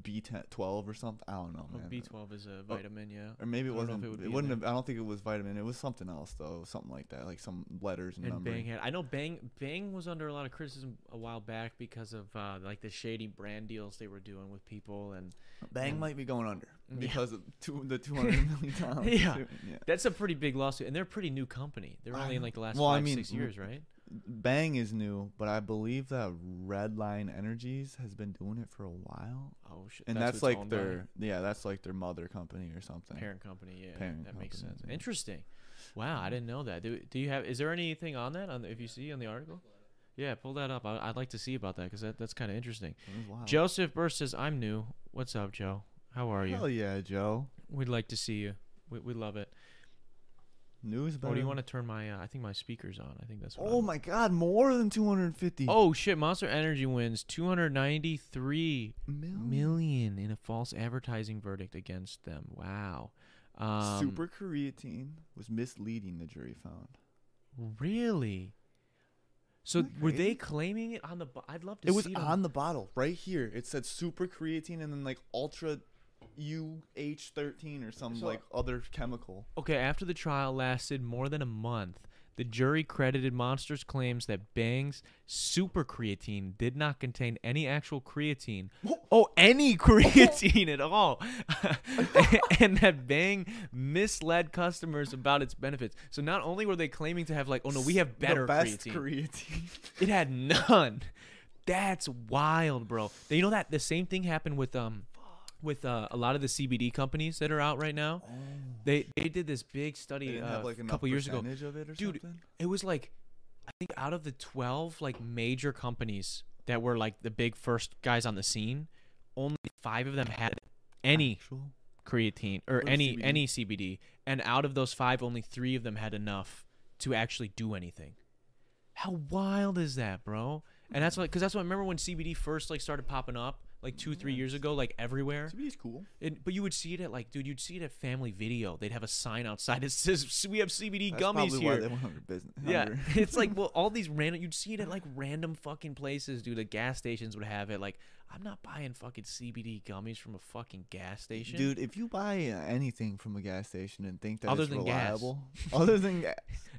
B10, 12 or something. I don't know,
Oh,
man.
B12 is a vitamin, yeah.
Or maybe it
I don't know if
wasn't.
it would
It,
be in
wouldn't
there.
have. I don't think it was vitamin. It was something else though. Something like that, like some letters and,
And
numbers.
Bang had. I know Bang Bang was under a lot of criticism a while back because of uh, like the shady brand deals they were doing with people, and
Bang
Mm.
might be going under
Yeah.
because of two, the two hundred million dollars.
Yeah.
too. Oh, yeah.
that's a pretty big lawsuit. And they're a pretty new company. They're
I
only in
know.
like the last
Well, I
five
mean,
six
w-
years, right?
Bang is new, but I believe that Redline Energies has been doing it for a while,
Oh shit.
and
who
that's,
it's
like
owned by?
their yeah, that's like their mother company or something.
parent company. Yeah,
Parent
that makes
company,
sense.
yeah.
Interesting. Wow, I didn't know that. Do do you have? Is there anything on that? On the, if you see on the article? Yeah, pull that up. I, I'd like to see about that because that, that's kind of interesting.
It was wild.
Joseph Burr says, "I'm new. What's up, Joe? How are you?
Hell yeah, Joe.
We'd like to see you. We, we love it.
News.
Oh,
better.
do you want to turn my? Uh, I think my speakers on. I think that's. What
Oh
I'm-
my God! More than two hundred fifty.
Oh shit! Monster Energy wins 293
million.
million in a false advertising verdict against them. Wow. Um,
Super creatine was misleading. The jury found.
Really? So
Isn't that
were they
crazy?
claiming it on the? bo- I'd love to.
It was
see them.
on the bottle right here. It said super creatine and then like ultra UH13 or some
So-
like other chemical.
Okay, after the trial lasted more than a month, the jury credited Monster's claims that Bang's super creatine did not contain any actual creatine. Oh, any creatine at all. and that Bang misled customers about its benefits. So not only were they claiming to have like, oh no, we have better
the best
creatine.
creatine.
It had none. That's wild, bro. You know that the same thing happened with um with uh, a lot of the CBD companies that are out right now. They they did this
Oh.
big
They
study
didn't
uh,
have like
a
enough
couple years ago.
percentage of it or
Dude,
something.
it was like I think out of the 12 like major companies that were like the big first guys on the scene, only 5 of them had any
Actual?
creatine or
Or
any
CBD.
any CBD and out of those 5 only 3 of them had enough to actually do anything. How wild is that, bro? And that's what cuz that's what I remember when CBD first like started popping up like 2 3 years ago like everywhere.
CBD's cool.
And, but you would see it at like, dude, you'd see it at Family Video. They'd have a sign outside that says, "We have CBD
That's
gummies
probably why
here."
they went under business.
yeah,
under-
it's like well, all these random. You'd see it at like random fucking places, dude. The gas stations would have it. Like, I'm not buying fucking CBD gummies from a fucking gas station,
Dude, if you buy uh, anything from a gas station and think that
Other
it's
than gas.
reliable, other than gas,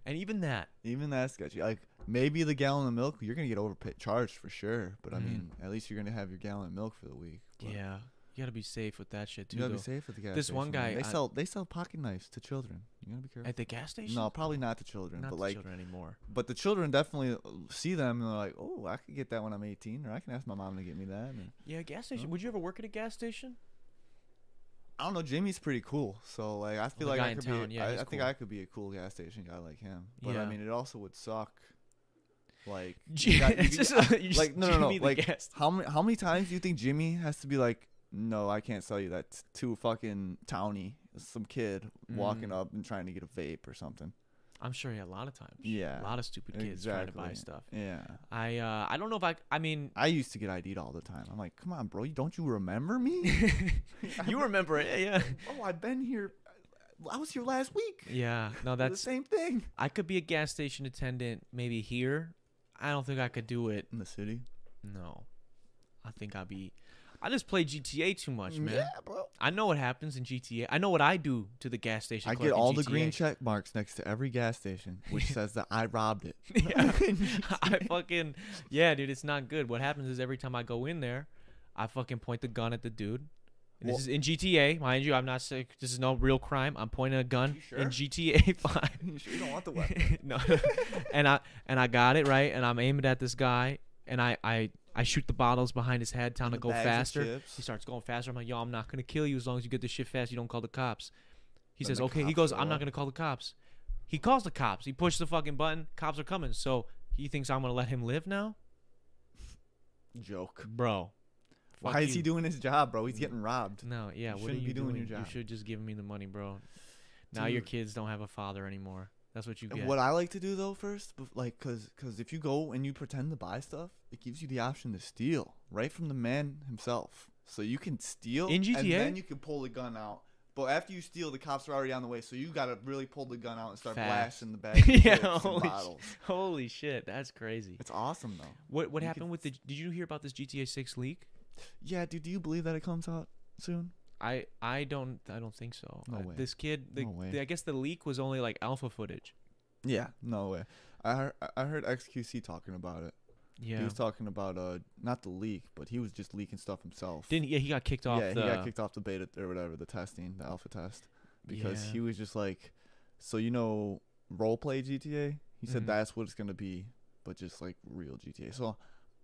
And even that,
even that's sketchy. Like maybe the gallon of milk, you're gonna get overcharged for sure. But I
Mhm.
mean, at least you're gonna have your gallon of milk for the week. But-
yeah, you gotta be safe with that shit too.
You gotta
though.
be safe at the gas
This one
station, man.
guy,
they
uh,
sell they sell pocket knives to children. You gotta be careful.
At the gas station,
No, probably not to children,
not
but
to
like,
children anymore.
but the children definitely see them and they're like, oh, I could get that when I'm 18, or I can ask my mom to get me that. And
Yeah, gas station. Would you ever work at a gas station?
I don't know, Jimmy's pretty cool, so like I feel
the
like
guy
I
in
could
town,
be,
yeah,
I,
he's
I think
cool.
I could be a cool gas station guy like him. But
Yeah.
I mean, it also would suck. Like,
Jim-
you got- you
it's
get-
just, uh, you
like
just
no, no, no,
Jimmy the
like
gas-
how many how many times do you think Jimmy has to be like, no, I can't sell you that It's to a fucking townie, some kid walking
Mm.
up and trying to get a vape or something.
I'm sure yeah, a lot of times.
Yeah,
a lot of stupid kids trying to buy
exactly.
stuff.
Yeah.
I uh, I don't know if I I mean
I used to get ID'd all the time. I'm like, come on, bro, you- don't you remember me?
you remember it yeah
oh, I've been here. uh, I was here last week. for
yeah no
the
that's
same thing.
I could be a gas station attendant maybe here I don't think I could do it
In the city.
no I think I'd be I just play GTA too much man
Mm, Yeah, bro.
I know what happens in GTA I know what I do to the gas station
I
clerk
get
in
all the
GTA.
green check marks next to every gas station, which says that I robbed it.
yeah. I fucking yeah dude it's not good what happens is every time I go in there I fucking point the gun at the dude And
Well-
this is in GTA, mind you. I'm not sick. This is no real crime. I'm pointing a gun
You
in
sure?
GTA 5.
You sure you don't want the weapon?
no, and I and I got it right, and I'm aiming at this guy, and I I I shoot the bottles behind his head, trying to
The
go
bags of
faster.
chips.
He starts going faster. I'm like, yo, I'm not gonna kill you as long as you get this shit fast. You don't call the cops. He
Then
says,
the
okay. He
cops
goes,
show
I'm not
up.
gonna call the cops. He calls the cops. He pushes the fucking button. Cops are coming. So he thinks I'm gonna let him live now,
Joke.
bro.
Why
fuck
is he
you. Mm.
doing his job, bro? He's getting robbed.
No,
You
yeah. what are
shouldn't
you
be doing your
You
job.
should just give me the money, bro. Now your
Dude.
kids don't have a father anymore. That's what you
And
get.
What I like to do though first, bef- like, cause, 'cause if you go and you pretend to buy stuff, it gives you the option to steal right from the man himself. So you can steal
In
and
GTA?
then you can pull the gun out. But after you steal, the cops are already on the way, so you gotta really pull the gun out and start
Fast.
blasting the bags of
Yeah,
chips and
holy sh-
bottles.
Holy shit, that's crazy.
It's awesome though.
What what
You
happened
could-
with the? Did you hear about this GTA Six leak?
Yeah, dude. Do you believe that it comes out soon?
I I don't I don't think so.
No
Uh,
way.
This kid, the,
No way.
the- I guess the leak was only like alpha footage.
Yeah. No way. I heard, I heard XQC talking about it. He
Yeah.
was talking about uh not the leak, but he was just leaking stuff himself.
Didn't yeah he got kicked off
yeah,
the
he got kicked off the beta or whatever the testing, the alpha test, because
Yeah.
he was just like, so you know, role play GTA. He said
Mhm.
that's what it's gonna be, but just like real GTA. So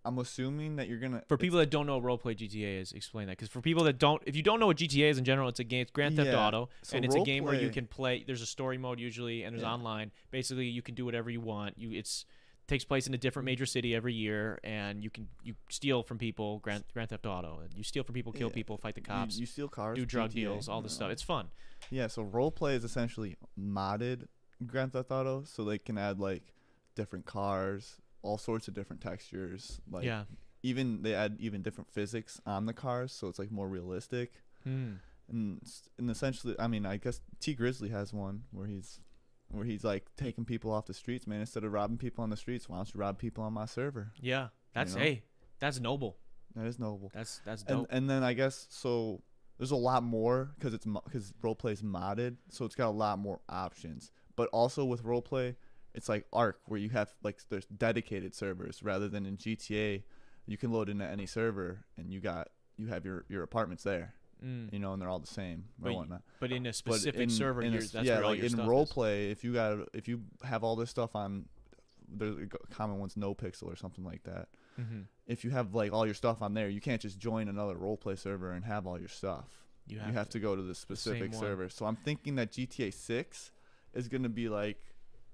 I'm assuming that you're gonna
For
it's-
people that don't know what roleplay GTA is, explain that. Because for people that don't, if you don't know what GTA is in general, it's a game, it's Grand Theft
Yeah.
Auto,
So
and it's a game where you
roleplay-
can play. There's a story mode usually, and there's
Yeah.
online. Basically, you can do whatever you want. You it's takes place in a different major city every year, and you can you steal from people. Grand Grand Theft Auto, you steal from people, kill
Yeah.
people, fight the
you-
cops,
You, steal cars,
do drug
GTA,
deals, all this
you
stuff.
know.
It's fun.
Yeah, so role play is essentially modded Grand Theft Auto, so they can add like different cars, all sorts of different textures, like
yeah.
even they add even different physics on the cars, so it's like more realistic.
Hmm.
and s- and essentially, I mean, I guess T Grizzly has one where he's where he's like taking people off the streets, man. Instead of robbing people on the streets, why don't you rob people on my server?
Yeah. That's
know?
hey. That's noble.
That is noble.
That's that's
And
dope.
and then I guess so. There's a lot more because it's because roleplay is modded, so it's got a lot more options. But also with roleplay, it's like Arc where you have like there's dedicated servers rather than in GTA, you can load into any server and you got you have your your apartments there,
Mm.
you know, and they're all the same
But
or
y-
whatnot.
But in a
But
specific
in-
server,
in a
you're,
s-
that's
yeah,
where all
like
your
in
stuff is.
roleplay, if you got if you have all this stuff on, there's a g- common one's no pixel or something like that.
Mhm.
If you have like all your stuff on there, you can't just join another roleplay server and have all your stuff.
You
You
have,
have, to go to the
same
specific
one.
server. So I'm thinking that GTA Six is gonna be like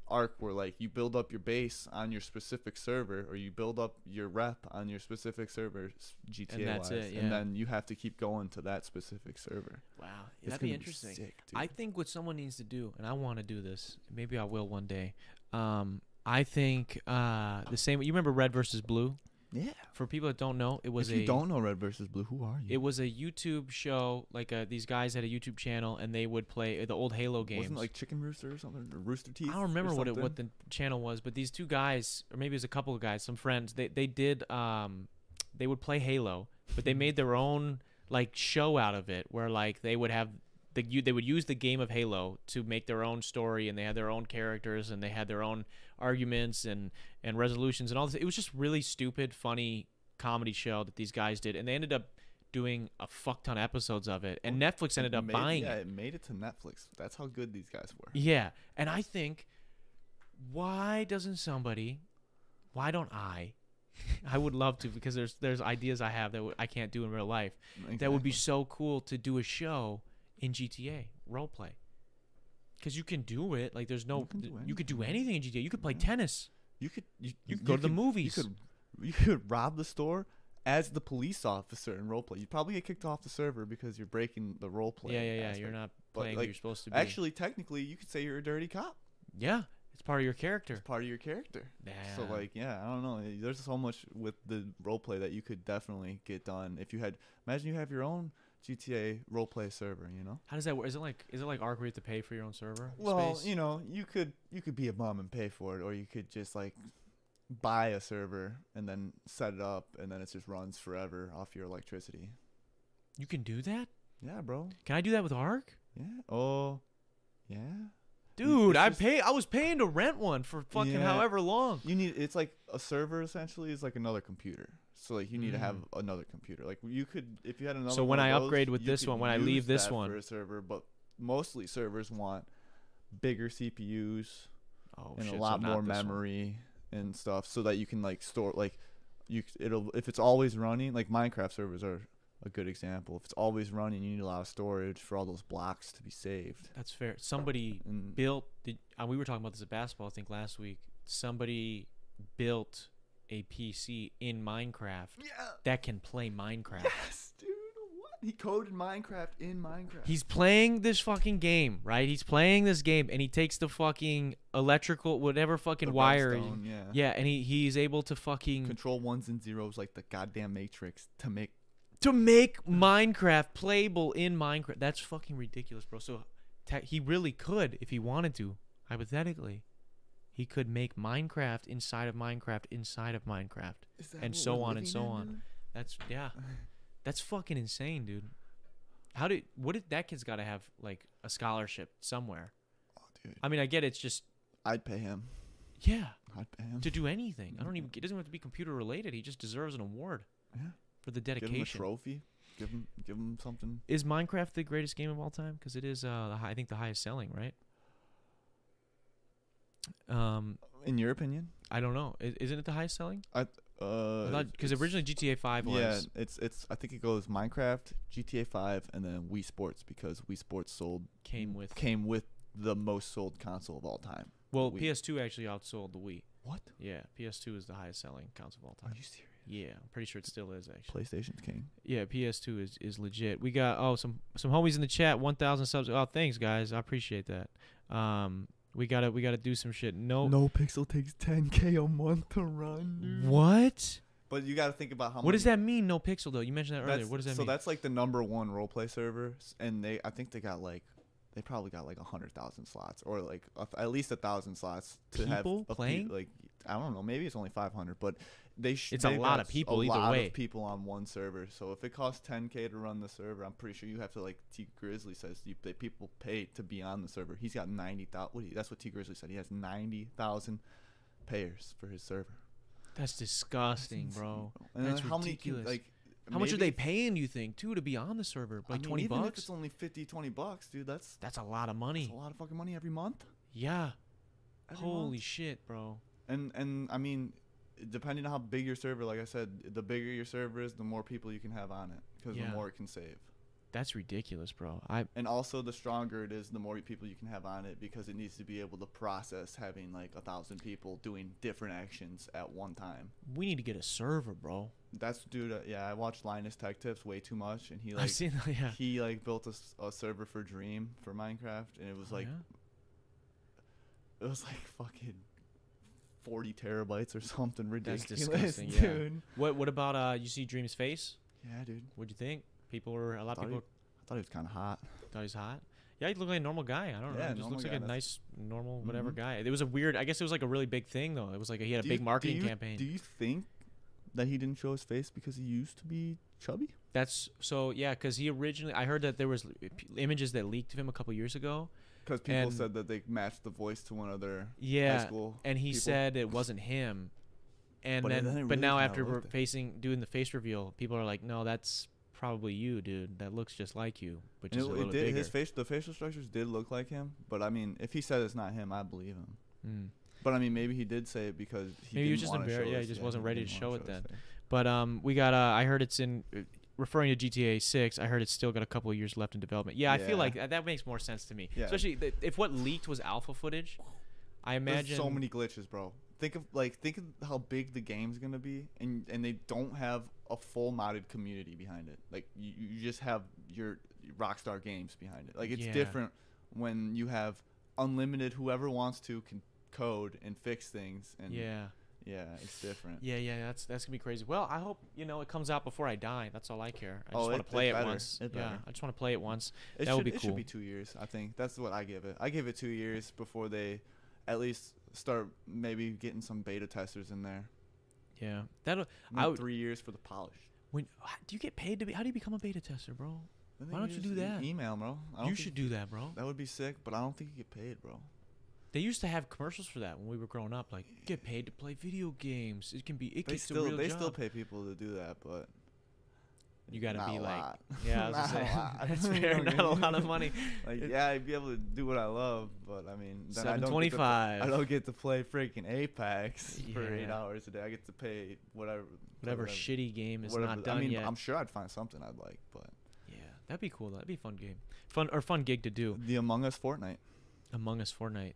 Arc, where like you build up your base on your specific server, or you build up your rep on your specific server, s- GTA
that's
wise,
it, yeah.
and then you have to keep going to that specific server.
Wow,
It's
that'd be
gonna
interesting.
sick, dude.
I think what someone needs to do, and I want to do this. Maybe I will one day. Um, I think uh, the same. You remember Red versus Blue?
yeah.
For people that don't know, it was
if you
a
don't know Red versus Blue, who are you?
it was a YouTube show. Like uh these guys had a YouTube channel, and they would play the old Halo games.
Wasn't it like Chicken Rooster or something? Or Rooster Teeth?
I don't
or
remember what it, what
something?
the channel was, but these two guys, or maybe it was a couple of guys, some friends, they they did um, they would play Halo, but
Hmm.
they made their own like show out of it, where like they would have the you they would use the game of Halo to make their own story, and they had their own characters, and they had their own arguments and and resolutions and all this. It was just really stupid, funny comedy show that these guys did, and they ended up doing a fuck ton of episodes of it, and Netflix ended
It
up
made-
buying
Yeah,
it.
it made it to Netflix. That's how good these guys were.
Yeah, and I think why doesn't somebody? Why don't I? I would love to because there's there's ideas I have that w- I can't do in real life. That would be so cool to do a show in GTA roleplay. Because you can do it. Like there's no
You can do
you could do anything in GTA. You could play tennis.
You could you,
You could go to the movies.
You could you could rob the store as the police officer in roleplay. You'd probably get kicked off the server because you're breaking the roleplay.
yeah, yeah, yeah. You're
aspect.
not
But,
playing. who
like,
you're supposed to be.
Actually, technically, you could say you're a dirty cop.
yeah, it's part of your character.
It's part of your character. So
Yeah.
like, yeah, I don't know. Eh, There's so much with the roleplay that you could definitely get done if you had. Imagine you have your own GTA roleplay server. You know.
How does that work? Is it like is it like Arc where you have to pay for your own server?
Well,
space?
you know, you could you could be a bum and pay for it, or you could just like buy a server and then set it up, and then it just runs forever off your electricity.
you can do that.
Yeah, bro.
Can I do that with Arc?
Yeah. Oh, yeah.
Dude,
it's
I
just-
pay. I was paying to rent one for fucking
Yeah.
however long.
You need it's like a server essentially is like another computer. So like you need to have another computer. Like you could if you had another.
Mm. So
one
when
of
I
those,
upgrade with
you
this
could
one, when I leave
use
this
that
one-
for a server, but mostly servers want bigger CPUs.
Oh
and
shit,
a
so
lot
not
more
this one.
memory and stuff so that you can like store like you c- it'll if it's always running like minecraft servers are a good example if it's always running you need a lot of storage for all those blocks to be saved
That's fair. Somebody
and
built. Did, uh, we were talking about this at basketball, I think, last week. Somebody built a PC in Minecraft
yeah
that can play Minecraft.
yes dude what he coded minecraft in minecraft
He's playing this fucking game, right? He's playing this game, and he takes the fucking electrical, whatever fucking
The
wire.
redstone, yeah.
Yeah, and he, he's able to fucking
control ones and zeros like the goddamn matrix to make
to make Minecraft playable in Minecraft. That's fucking ridiculous, bro. So te- he really could if he wanted to, hypothetically. He could make Minecraft inside of Minecraft inside of Minecraft
Is that
and
what
so
we're
on and
living
so
in,
on.
dude?
That's yeah. That's fucking insane, dude. How did what did that kid's got to have like a scholarship somewhere?
Oh, dude,
I mean, I get it's just
I'd pay him.
yeah
I'd pay him.
to do anything. I don't even. It doesn't have to be computer related. He just deserves an award
Yeah.
for the
give him a
dedication.
trophy. Give him, give him something.
Is Minecraft the greatest game of all time? Because it is, uh, the hi- I think, the highest selling, right? Um,
In your opinion?
I don't know. I- Isn't it the highest selling?
Uh,
Because
it's-
originally GTA Five was.
Yeah, it's it's. I think it goes Minecraft, GTA Five, and then Wii Sports because Wii Sports sold
Came
mm,
with-
came with the most sold console of all time.
well,
Wii.
PS2 actually outsold the Wii.
What?
Yeah, PS2 is the highest selling console of all
Are
time.
you serious?
Yeah, I'm pretty sure it still is actually.
PlayStation's king.
Yeah, PS2 is, is legit. We got oh some some homies in the chat, 1,000 subs. Oh, thanks guys, I appreciate that. Um, we gotta we gotta do some shit. No,
No pixel takes 10k a month to run. Dude.
what?
But you got to think about how.
What does
many-
that mean? No pixel though. You mentioned that earlier.
that's-
What does that
so
mean?
that's like the number one roleplay server, s- and they I think they got like. They probably got like a hundred thousand slots, or like a, at least a thousand slots to have
People
of pe-
playing?
Like I don't know, maybe it's only five hundred, but they should.
It's a lot of people
A
either
lot
way.
of people on one server. So if it costs ten k to run the server, I'm pretty sure you have to like T Grizzly says you, that people pay to be on the server. He's got ninety thousand. That's what T Grizzly said. He has ninety thousand payers for his server.
That's disgusting, bro.
And
That's
then how
ridiculous.
many can, like
How much are
maybe
they paying? You think too to be on the server? Like
I mean,
twenty
even if
bucks?
it's only 50, 20 bucks, dude, that's,
That's a lot of
that's
money.
a lot of fucking money every month.
yeah.
Every
Holy
month.
shit, bro.
And and I mean, depending on how big your server, like I said, the bigger your server is, the more people you can have on it because
Yeah.
the more it can save.
That's ridiculous, bro. I
And also, the stronger it is, the more people you can have on it because it needs to be able to process having like a thousand people doing different actions at one time.
we need to get a server, bro.
That's dude. Uh, yeah, I watched Linus Tech Tips way too much, and he like
I've seen that. Yeah.
he like built a, s- a server for Dream for Minecraft, and it was
Oh,
like
yeah?
it was like fucking forty terabytes or something ridiculous,
disgusting, yeah.
dude.
What What about uh? You see Dream's face?
Yeah. dude.
What'd you think? People were a lot of
Thought he-
people
I thought he was kind of hot.
thought he's hot. Yeah, he looked like a normal guy. I don't know.
Yeah,
He just
normal
looks like
guy,
a
that's-
nice, normal, whatever
Mhm.
guy. It was a weird. I guess it was like a really big thing though. It was like he had a
Do you-
big
do
marketing
you-
campaign.
Do you think that he didn't show his face because he used to be chubby?
That's so yeah, because he originally I heard that there was l- p- images that leaked of him a couple years ago.
Because people
And-
said that they matched the voice to one of their
Yeah,
high school.
and he
people.
said it wasn't him. And
But
then,
then it
but
really
now
kinda
after we're
looked it.
facing doing the face reveal, people are like, no, that's probably you, dude. That looks just like you, which
And
is a
it,
little
it did.
bigger.
His face, the facial structures did look like him. But I mean, if he said it's not him, I believe him.
Mm.
But I mean, maybe he did say it because he
Maybe he
didn't
was just
wanna show
embarrassed- yeah, he
his-
just wasn't ready to
didn't
show
wanna
it then.
his face.
But um, we got. Uh, I heard it's in. Referring to GTA 6, I heard it's still got a couple of years left in development. Yeah, I
Yeah.
feel like that, that makes more sense to me.
Yeah.
Especially th- if what leaked was alpha footage. I imagine
There's so many glitches, bro. Think of like think of how big the game's gonna be, and and they don't have a full modded community behind it. Like you, you just have your Rockstar Games behind it. Like it's
Yeah.
different when you have unlimited. Whoever wants to can code and fix things. And
Yeah.
yeah, it's different.
Yeah, yeah, that's that's gonna be crazy. Well, I hope you know it comes out before I die. That's all I care. I just
Oh,
want
it-
to
it
play it,
better.
once.
It
yeah,
better.
I just want to play it once.
It
that would
should-
be
It should be
cool.
two years. I think that's what I give it. I give it two years before they at least start maybe getting some beta testers in there.
Yeah, that'll.
And
I
then
would,
three years for the polish.
when do you get paid to be? How do you become a beta tester, bro?
I think
Why don't you
just
do
e-
that?
Email, bro. I don't
You
think-
should do that, bro.
That would be sick, but I don't think you get paid, bro.
They used to have commercials for that when we were growing up. Like, get paid to play video games. It can be. It
They
gets a
still
real
they
job.
still pay people to do that, but
You gotta
not
be
a
like-
lot.
Yeah, I was gonna
Not a
say,
lot.
that's fair. Not a lot of money.
Like
It-
yeah, I'd be able to do what I love, but I mean, then I don't get to pl-
725.
I don't get to play freaking Apex for eight
Yeah.
hours a day. I get to pay whatever
Whatever shitty game is
whatever-
not done
I mean,
yet.
I'm sure I'd find something I'd like, but
yeah, that'd be cool. That'd be a fun game, fun or fun gig to do.
the Among Us Fortnite,
Among Us, Fortnite.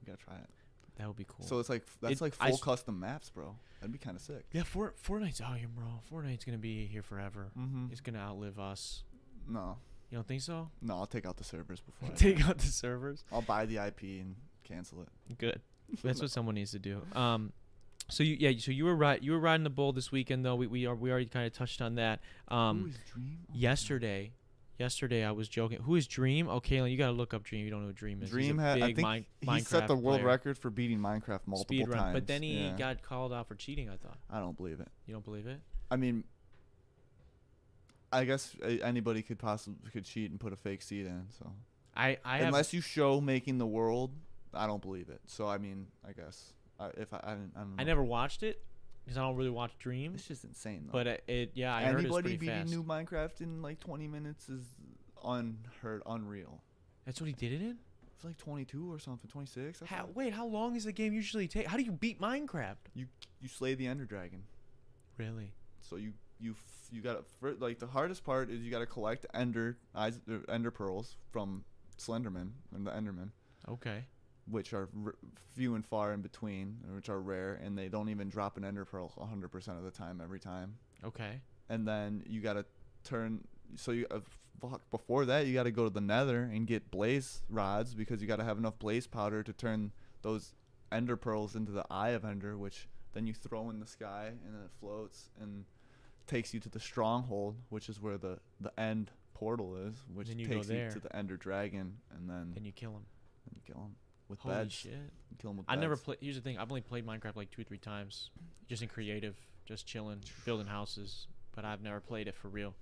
you gotta try it.
That would be cool.
So it's like f- that's
It-
like
I
full
s-
custom maps, bro. That'd be kind of sick.
yeah, Fort, Fortnite's out here, bro. Fortnite's gonna be here forever.
Mm-hmm.
It's gonna outlive us.
No,
You don't think so?
no, I'll take out the servers before. I die.
Take out the servers.
I'll buy the IP and cancel it.
Good. That's what someone needs to do. Um, so you yeah, so you were right. You were riding the bull this weekend though. We we are we already kind of touched on that.
Who
Um,
is Dream? Oh my
yesterday, yesterday I was joking. Who is Dream? Oh, Kaylin, you gotta look up Dream. You don't know who Dream
God.
is. He's a
Dream had. I
big
think
Min-
he set the
Minecraft
world
player.
record for beating Minecraft multiple
Speed run,
times.
But then he
Yeah.
got called out for cheating. I thought
I don't believe it.
you don't believe it.
I mean, I guess uh, anybody could possibly could cheat and put a fake seed in. So
I I have
unless you show making the world, I don't believe it. So I mean, I guess I, if I I, didn't, I don't. Know.
I never watched it because I don't really watch Dreams,
It's just insane though.
but it, it yeah I heard it's
Oh. anybody
pretty
beating
fast.
new Minecraft in like 20 minutes is unheard, unreal.
That's what he did it in.
It's like 22 or something, 26. I
How
thought.
wait how long does the game usually take? How do you beat Minecraft?
You you slay the Ender Dragon.
Really?
So you you f- you got to like the hardest part is you got to collect Ender eyes er, Ender pearls from Slenderman and the Enderman,
Okay.
which are r- few and far in between, and which are rare, and they don't even drop an Ender pearl 100% of the time every time.
Okay.
and then you gotta turn. So you uh, fuck before that you gotta go to the Nether and get blaze rods because you gotta have enough blaze powder to turn those Ender pearls into the Eye of Ender, which then you throw in the sky and then it floats and takes you to the Stronghold, which is where the the end portal is, which
Then you go
takes you
there.
to the Ender Dragon, and then
Then you kill him.
you kill him with
Holy
beds.
shit.
You kill him with
I never
beds.
played. Here's the thing. I've only played Minecraft like two or three times, just in creative, just chilling, building houses. But I've never played it for real.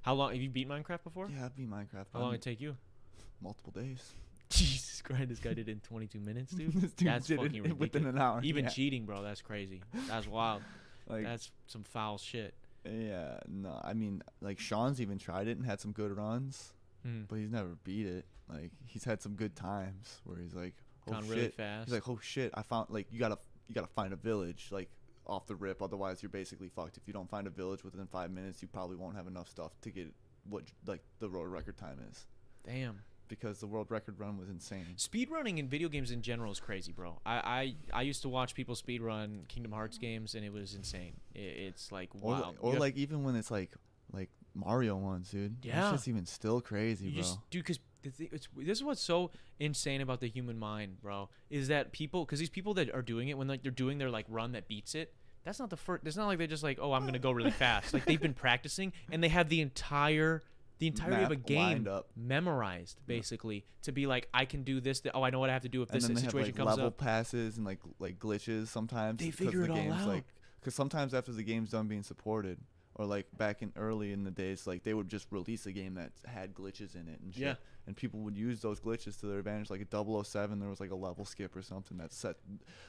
How long have you beat Minecraft before?
Yeah, I beat Minecraft.
How long
I'm-
it take you?
multiple days.
Jesus Christ, this guy did it in 22 minutes, dude.
This dude
that's
did it
fucking ridiculous.
within an hour.
Even
yeah.
cheating, bro, that's crazy. That's wild.
like
that's some foul shit.
Yeah, no, I mean, like Sean's even tried it and had some good runs,
Mm.
but he's never beat it. Like he's had some good times where he's like, oh
Gone
shit,
really fast.
he's like, oh shit, I found like you gotta you gotta find a village like off the rip, otherwise you're basically fucked. If you don't find a village within five minutes, you probably won't have enough stuff to get what like the world record time is
Damn.
because the world record run was insane.
Speedrunning in video games in general is crazy, bro. I, I, I used to watch people speedrun Kingdom Hearts games, and it was insane. It, it's like
Or,
wild.
li- or
You-
like even when it's like like Mario ones, dude.
Yeah.
that's just even still crazy,
you
bro.
just dude, because it's this is what's so insane about the human mind, bro. Is that people? Because these people that are doing it when like they're doing their like run that beats it. That's not the first. It's not like they're just like, oh, I'm gonna go really fast. like they've been practicing, and they have the entire the entirety
Map
of a
lined
game
up.
memorized basically to be like, I can do this. Th- oh, I know what I have to do if this
and then
situation
they have like
comes
level
up.
passes and like like glitches sometimes.
They
'cause the
figure it all
game's
out.
Like, because sometimes after the game's done being supported, or like back in early in the days, like they would just release a game that had glitches in it and shit.
Yeah.
And people would use those glitches to their advantage. Like a 007, there was like a level skip or something that set,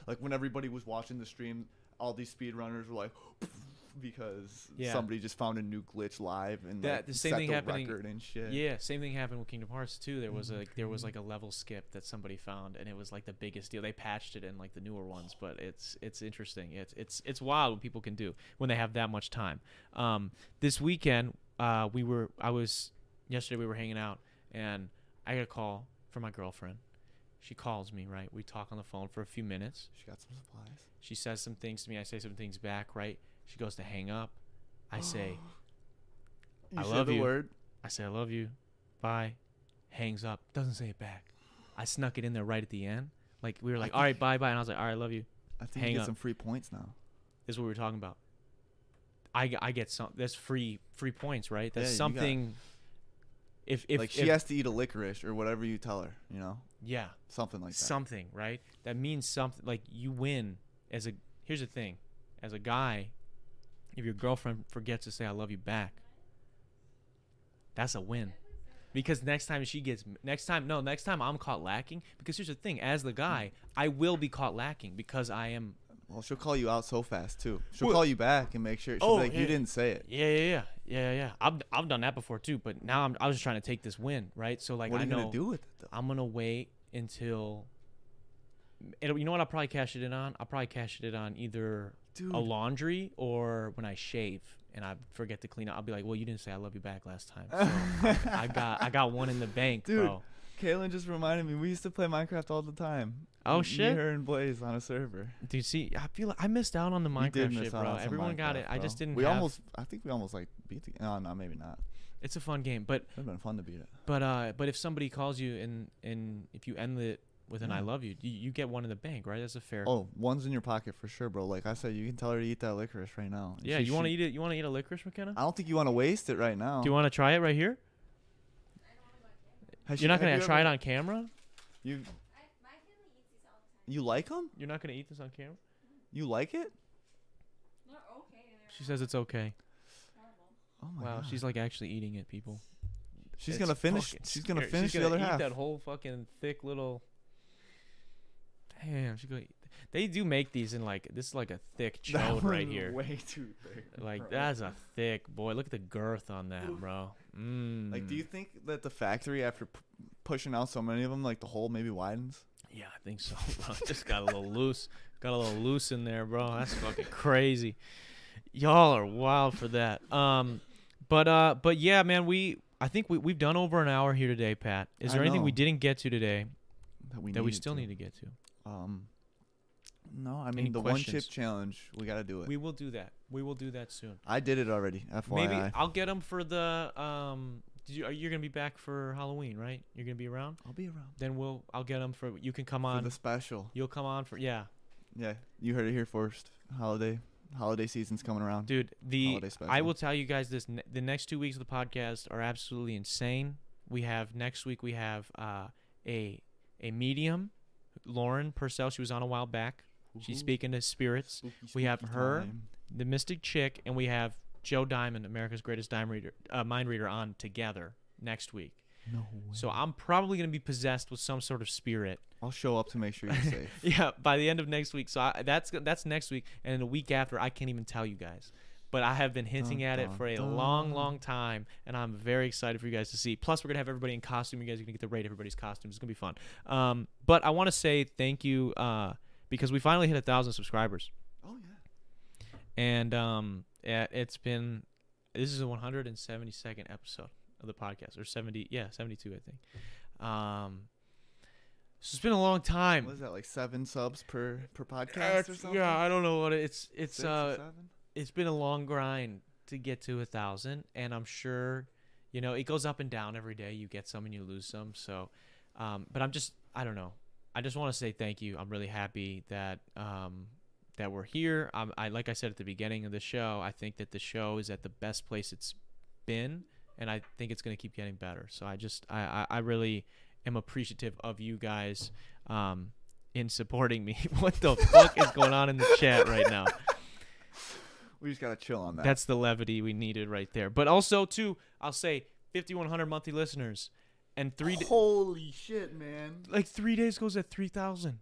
like when everybody was watching the stream, all these speedrunners were like. Because
Yeah.
somebody just found a new glitch live and
That-
like,
the same
set
thing
the
happening-
record and shit.
Yeah, same thing happened with Kingdom Hearts too. There was a there was like a level skip that somebody found, and it was like the biggest deal. They patched it in like the newer ones, but it's it's interesting. It's it's it's wild what people can do when they have that much time. Um, this weekend, uh, we were I was yesterday we were hanging out, and I got a call from my girlfriend. She calls me right. We talk on the phone for a few minutes.
She got some supplies.
She says some things to me. I say some things back. Right. She goes to hang up. I say. I
said
love
the
you.
word.
I say, I love you. Bye. Hangs up. Doesn't say it back. I snuck it in there right at the end. Like, we were like, all right, bye, bye. And I was like, all right, love you.
I think
Hang
you get
up.
some free points now.
This is what we were talking about. I, g- I get some, that's free, free points, right? That's
Yeah, you got-
something. If, if,
like she
if-
has to eat a licorice or whatever you tell her, you know,
yeah,
something like that.
something, right? That means something. Like, you win as a, here's the thing as a guy, if your girlfriend forgets to say, I love you back, that's a win. Because next time she gets, next time, no, next time I'm caught lacking. Because here's the thing as the guy, I will be caught lacking because I am,
well, she'll call you out so fast too. She'll
Well-
call you back and make sure she'll
Oh,
be like,
yeah.
"You didn't say it."
yeah, yeah, yeah, yeah, yeah, yeah. I've, I've done that before too, but now I'm, I was just trying to take this win, right? So, like,
what are
I
you
know.
gonna do with it though?
I'm gonna wait until. It'll, you know what? I'll probably cash it in on. I'll probably cash it in on either
Dude.
a laundry or when I shave and I forget to clean up. I'll be like, "Well, you didn't say I love you back last time." So I, I got I got one in the bank,
Dude.
bro.
Kaylin just reminded me we used to play Minecraft all the time.
Oh,
Me,
shit.
Her and Blaze on a server.
Dude, see, I feel like I missed out on the
You did
Minecraft
miss
shit,
out
bro.
on some
Everyone got
Minecraft,
it. I
bro.
just didn't.
We
have-
almost, I think we almost like beat the. No, no, maybe not.
It's a fun game, but
It'd been fun to beat it.
but uh, but if somebody calls you and and if you end it with an "I
Yeah.
love you," you, you get one in the bank, right? That's a fair.
Mm. Oh, one's in your pocket for sure, bro. Like I said, you can tell her to eat that licorice right now. And
yeah,
she
you want to
should-
eat it? You want to eat a licorice, McKenna?
I don't think you want to waste it right now.
Do you want to try it right here?
Has she-
You're not
have
gonna
you
try
ever-
it on camera.
You. You like them?
You're not gonna eat this on camera.
You like it?
She says it's okay.
Oh my
wow,
god.
she's like actually eating it, people.
she's
It's
gonna finish.
fucking
She's gonna
scary.
finish
she's
the other
eat
half.
That whole fucking thick little. Damn, she's gonna. Eat. They do make these in like this is like a thick
That
chode right
one's
here.
Way too thick.
Like
bro.
that's a thick boy. Look at the girth on that, bro. Mm.
Like, do you think that the factory, after p- pushing out so many of them, like the hole maybe widens?
Yeah, I think so, bro. Just got a little loose. Got a little loose in there, bro. That's fucking crazy. Y'all are wild for that. Um but uh but yeah, man, we I think we we've done over an hour here today, Pat. Is
I
there anything we
know.
didn't get to today
That we
that we
needed
still
to.
need to get to?
Um, no, I mean
Any
the one
questions?
chip challenge. We gotta do it.
We will do that. We will do that soon.
I did it already. FYI.
Maybe I'll get them for the um did you, are you gonna be back for Halloween, right? You're gonna be around.
I'll be around
Then we'll I'll get them for you can come
for
on.
the special.
You'll come on for yeah,
Yeah, you heard it here first. Holiday, holiday season's coming around.
dude. The
holiday
I
special.
will tell you guys this: ne- the next two weeks of the podcast are absolutely insane. We have next week we have uh, a a medium, Lauren Purcell. She was on a while back. She's
Ooh.
speaking to spirits.
Spooky,
we have
spooky
her.
time.
The Mystic Chick, and we have Joe Diamond, America's Greatest Dime Reader, uh, Mind Reader, on together next week.
No way.
So I'm probably gonna be possessed with some sort of spirit.
I'll show up to make sure you're safe.
Yeah, by the end of next week. So I, that's go- that's next week, and then the week after, I can't even tell you guys. But I have been hinting
Dun,
at it
dun,
for a
dun.
long, long time, and I'm very excited for you guys to see. Plus, we're gonna have everybody in costume. You guys are gonna get to rate everybody's costumes. It's gonna be fun. Um, but I want to say thank you uh, because we finally hit a thousand subscribers,
Oh yeah.
and um, it- it's been this is the 172nd episode of the podcast, or 70, yeah, 72, I think. Um, so it's been a long time.
What is that like seven subs per per podcast
That's-
or something?
Yeah, I don't know what it, it's it's
Six or
uh
seven?
it's been a long grind to get to a thousand, and I'm sure you know it goes up and down every day. You get some and you lose some. So, um, but I'm just I don't know. I just want to say thank you. I'm really happy that um that we're here. i I like I said at the beginning of the show. I think that the show is at the best place it's been, and I think it's gonna keep getting better. So I just I I, I really am appreciative of you guys. Um. In supporting me, what the fuck is going on in the chat right now?
We just gotta chill on that.
That's the levity we needed right there. But also, too, I'll say 5,100 monthly listeners, and three da-
Holy shit, man,
like three days goes at 3,000.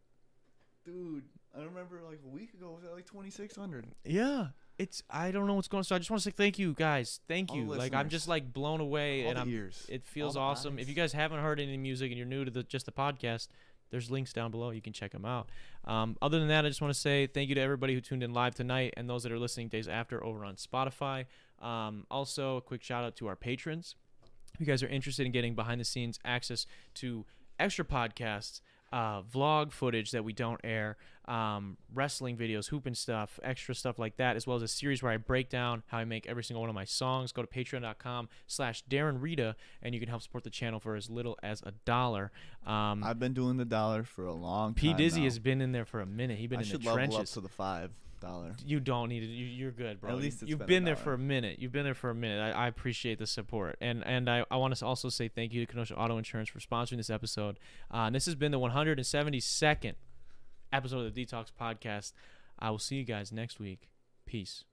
dude! I remember like a week ago was at like twenty six hundred.
Yeah, it's I don't know what's going. on. So I just want to say thank you guys. Thank
All
you. Like I'm
listeners.
just like blown away,
All
and
the
I'm.
years.
It feels
the
awesome. If
eyes.
you guys haven't heard any music and you're new to the just the podcast, there's links down below. You can check them out. Um, other than that, I just want to say thank you to everybody who tuned in live tonight and those that are listening days after over on Spotify. Um, also, a quick shout out to our patrons. If you guys are interested in getting behind the scenes access to extra podcasts, uh, vlog footage that we don't air, um, wrestling videos, hooping stuff, extra stuff like that, as well as a series where I break down how I make every single one of my songs. Go to patreon.com slash Darren Rita, and you can help support the channel for as little as a dollar. Um,
I've been doing the dollar for a long
P.
time.
Dizzy
now.
has been in there for a minute. He's been
I
in the
should level up
trenches.
to the five dollar.
You don't need it. You, you're good, bro.
At least it's
you've
been
been,
a
there
dollar.
for a minute. You've been there for a minute. I, I appreciate the support, and and I, I want to also say thank you to Kenosha Auto Insurance for sponsoring this episode. Uh, and this has been the 172nd episode of the Detox Podcast. I will see you guys next week. Peace.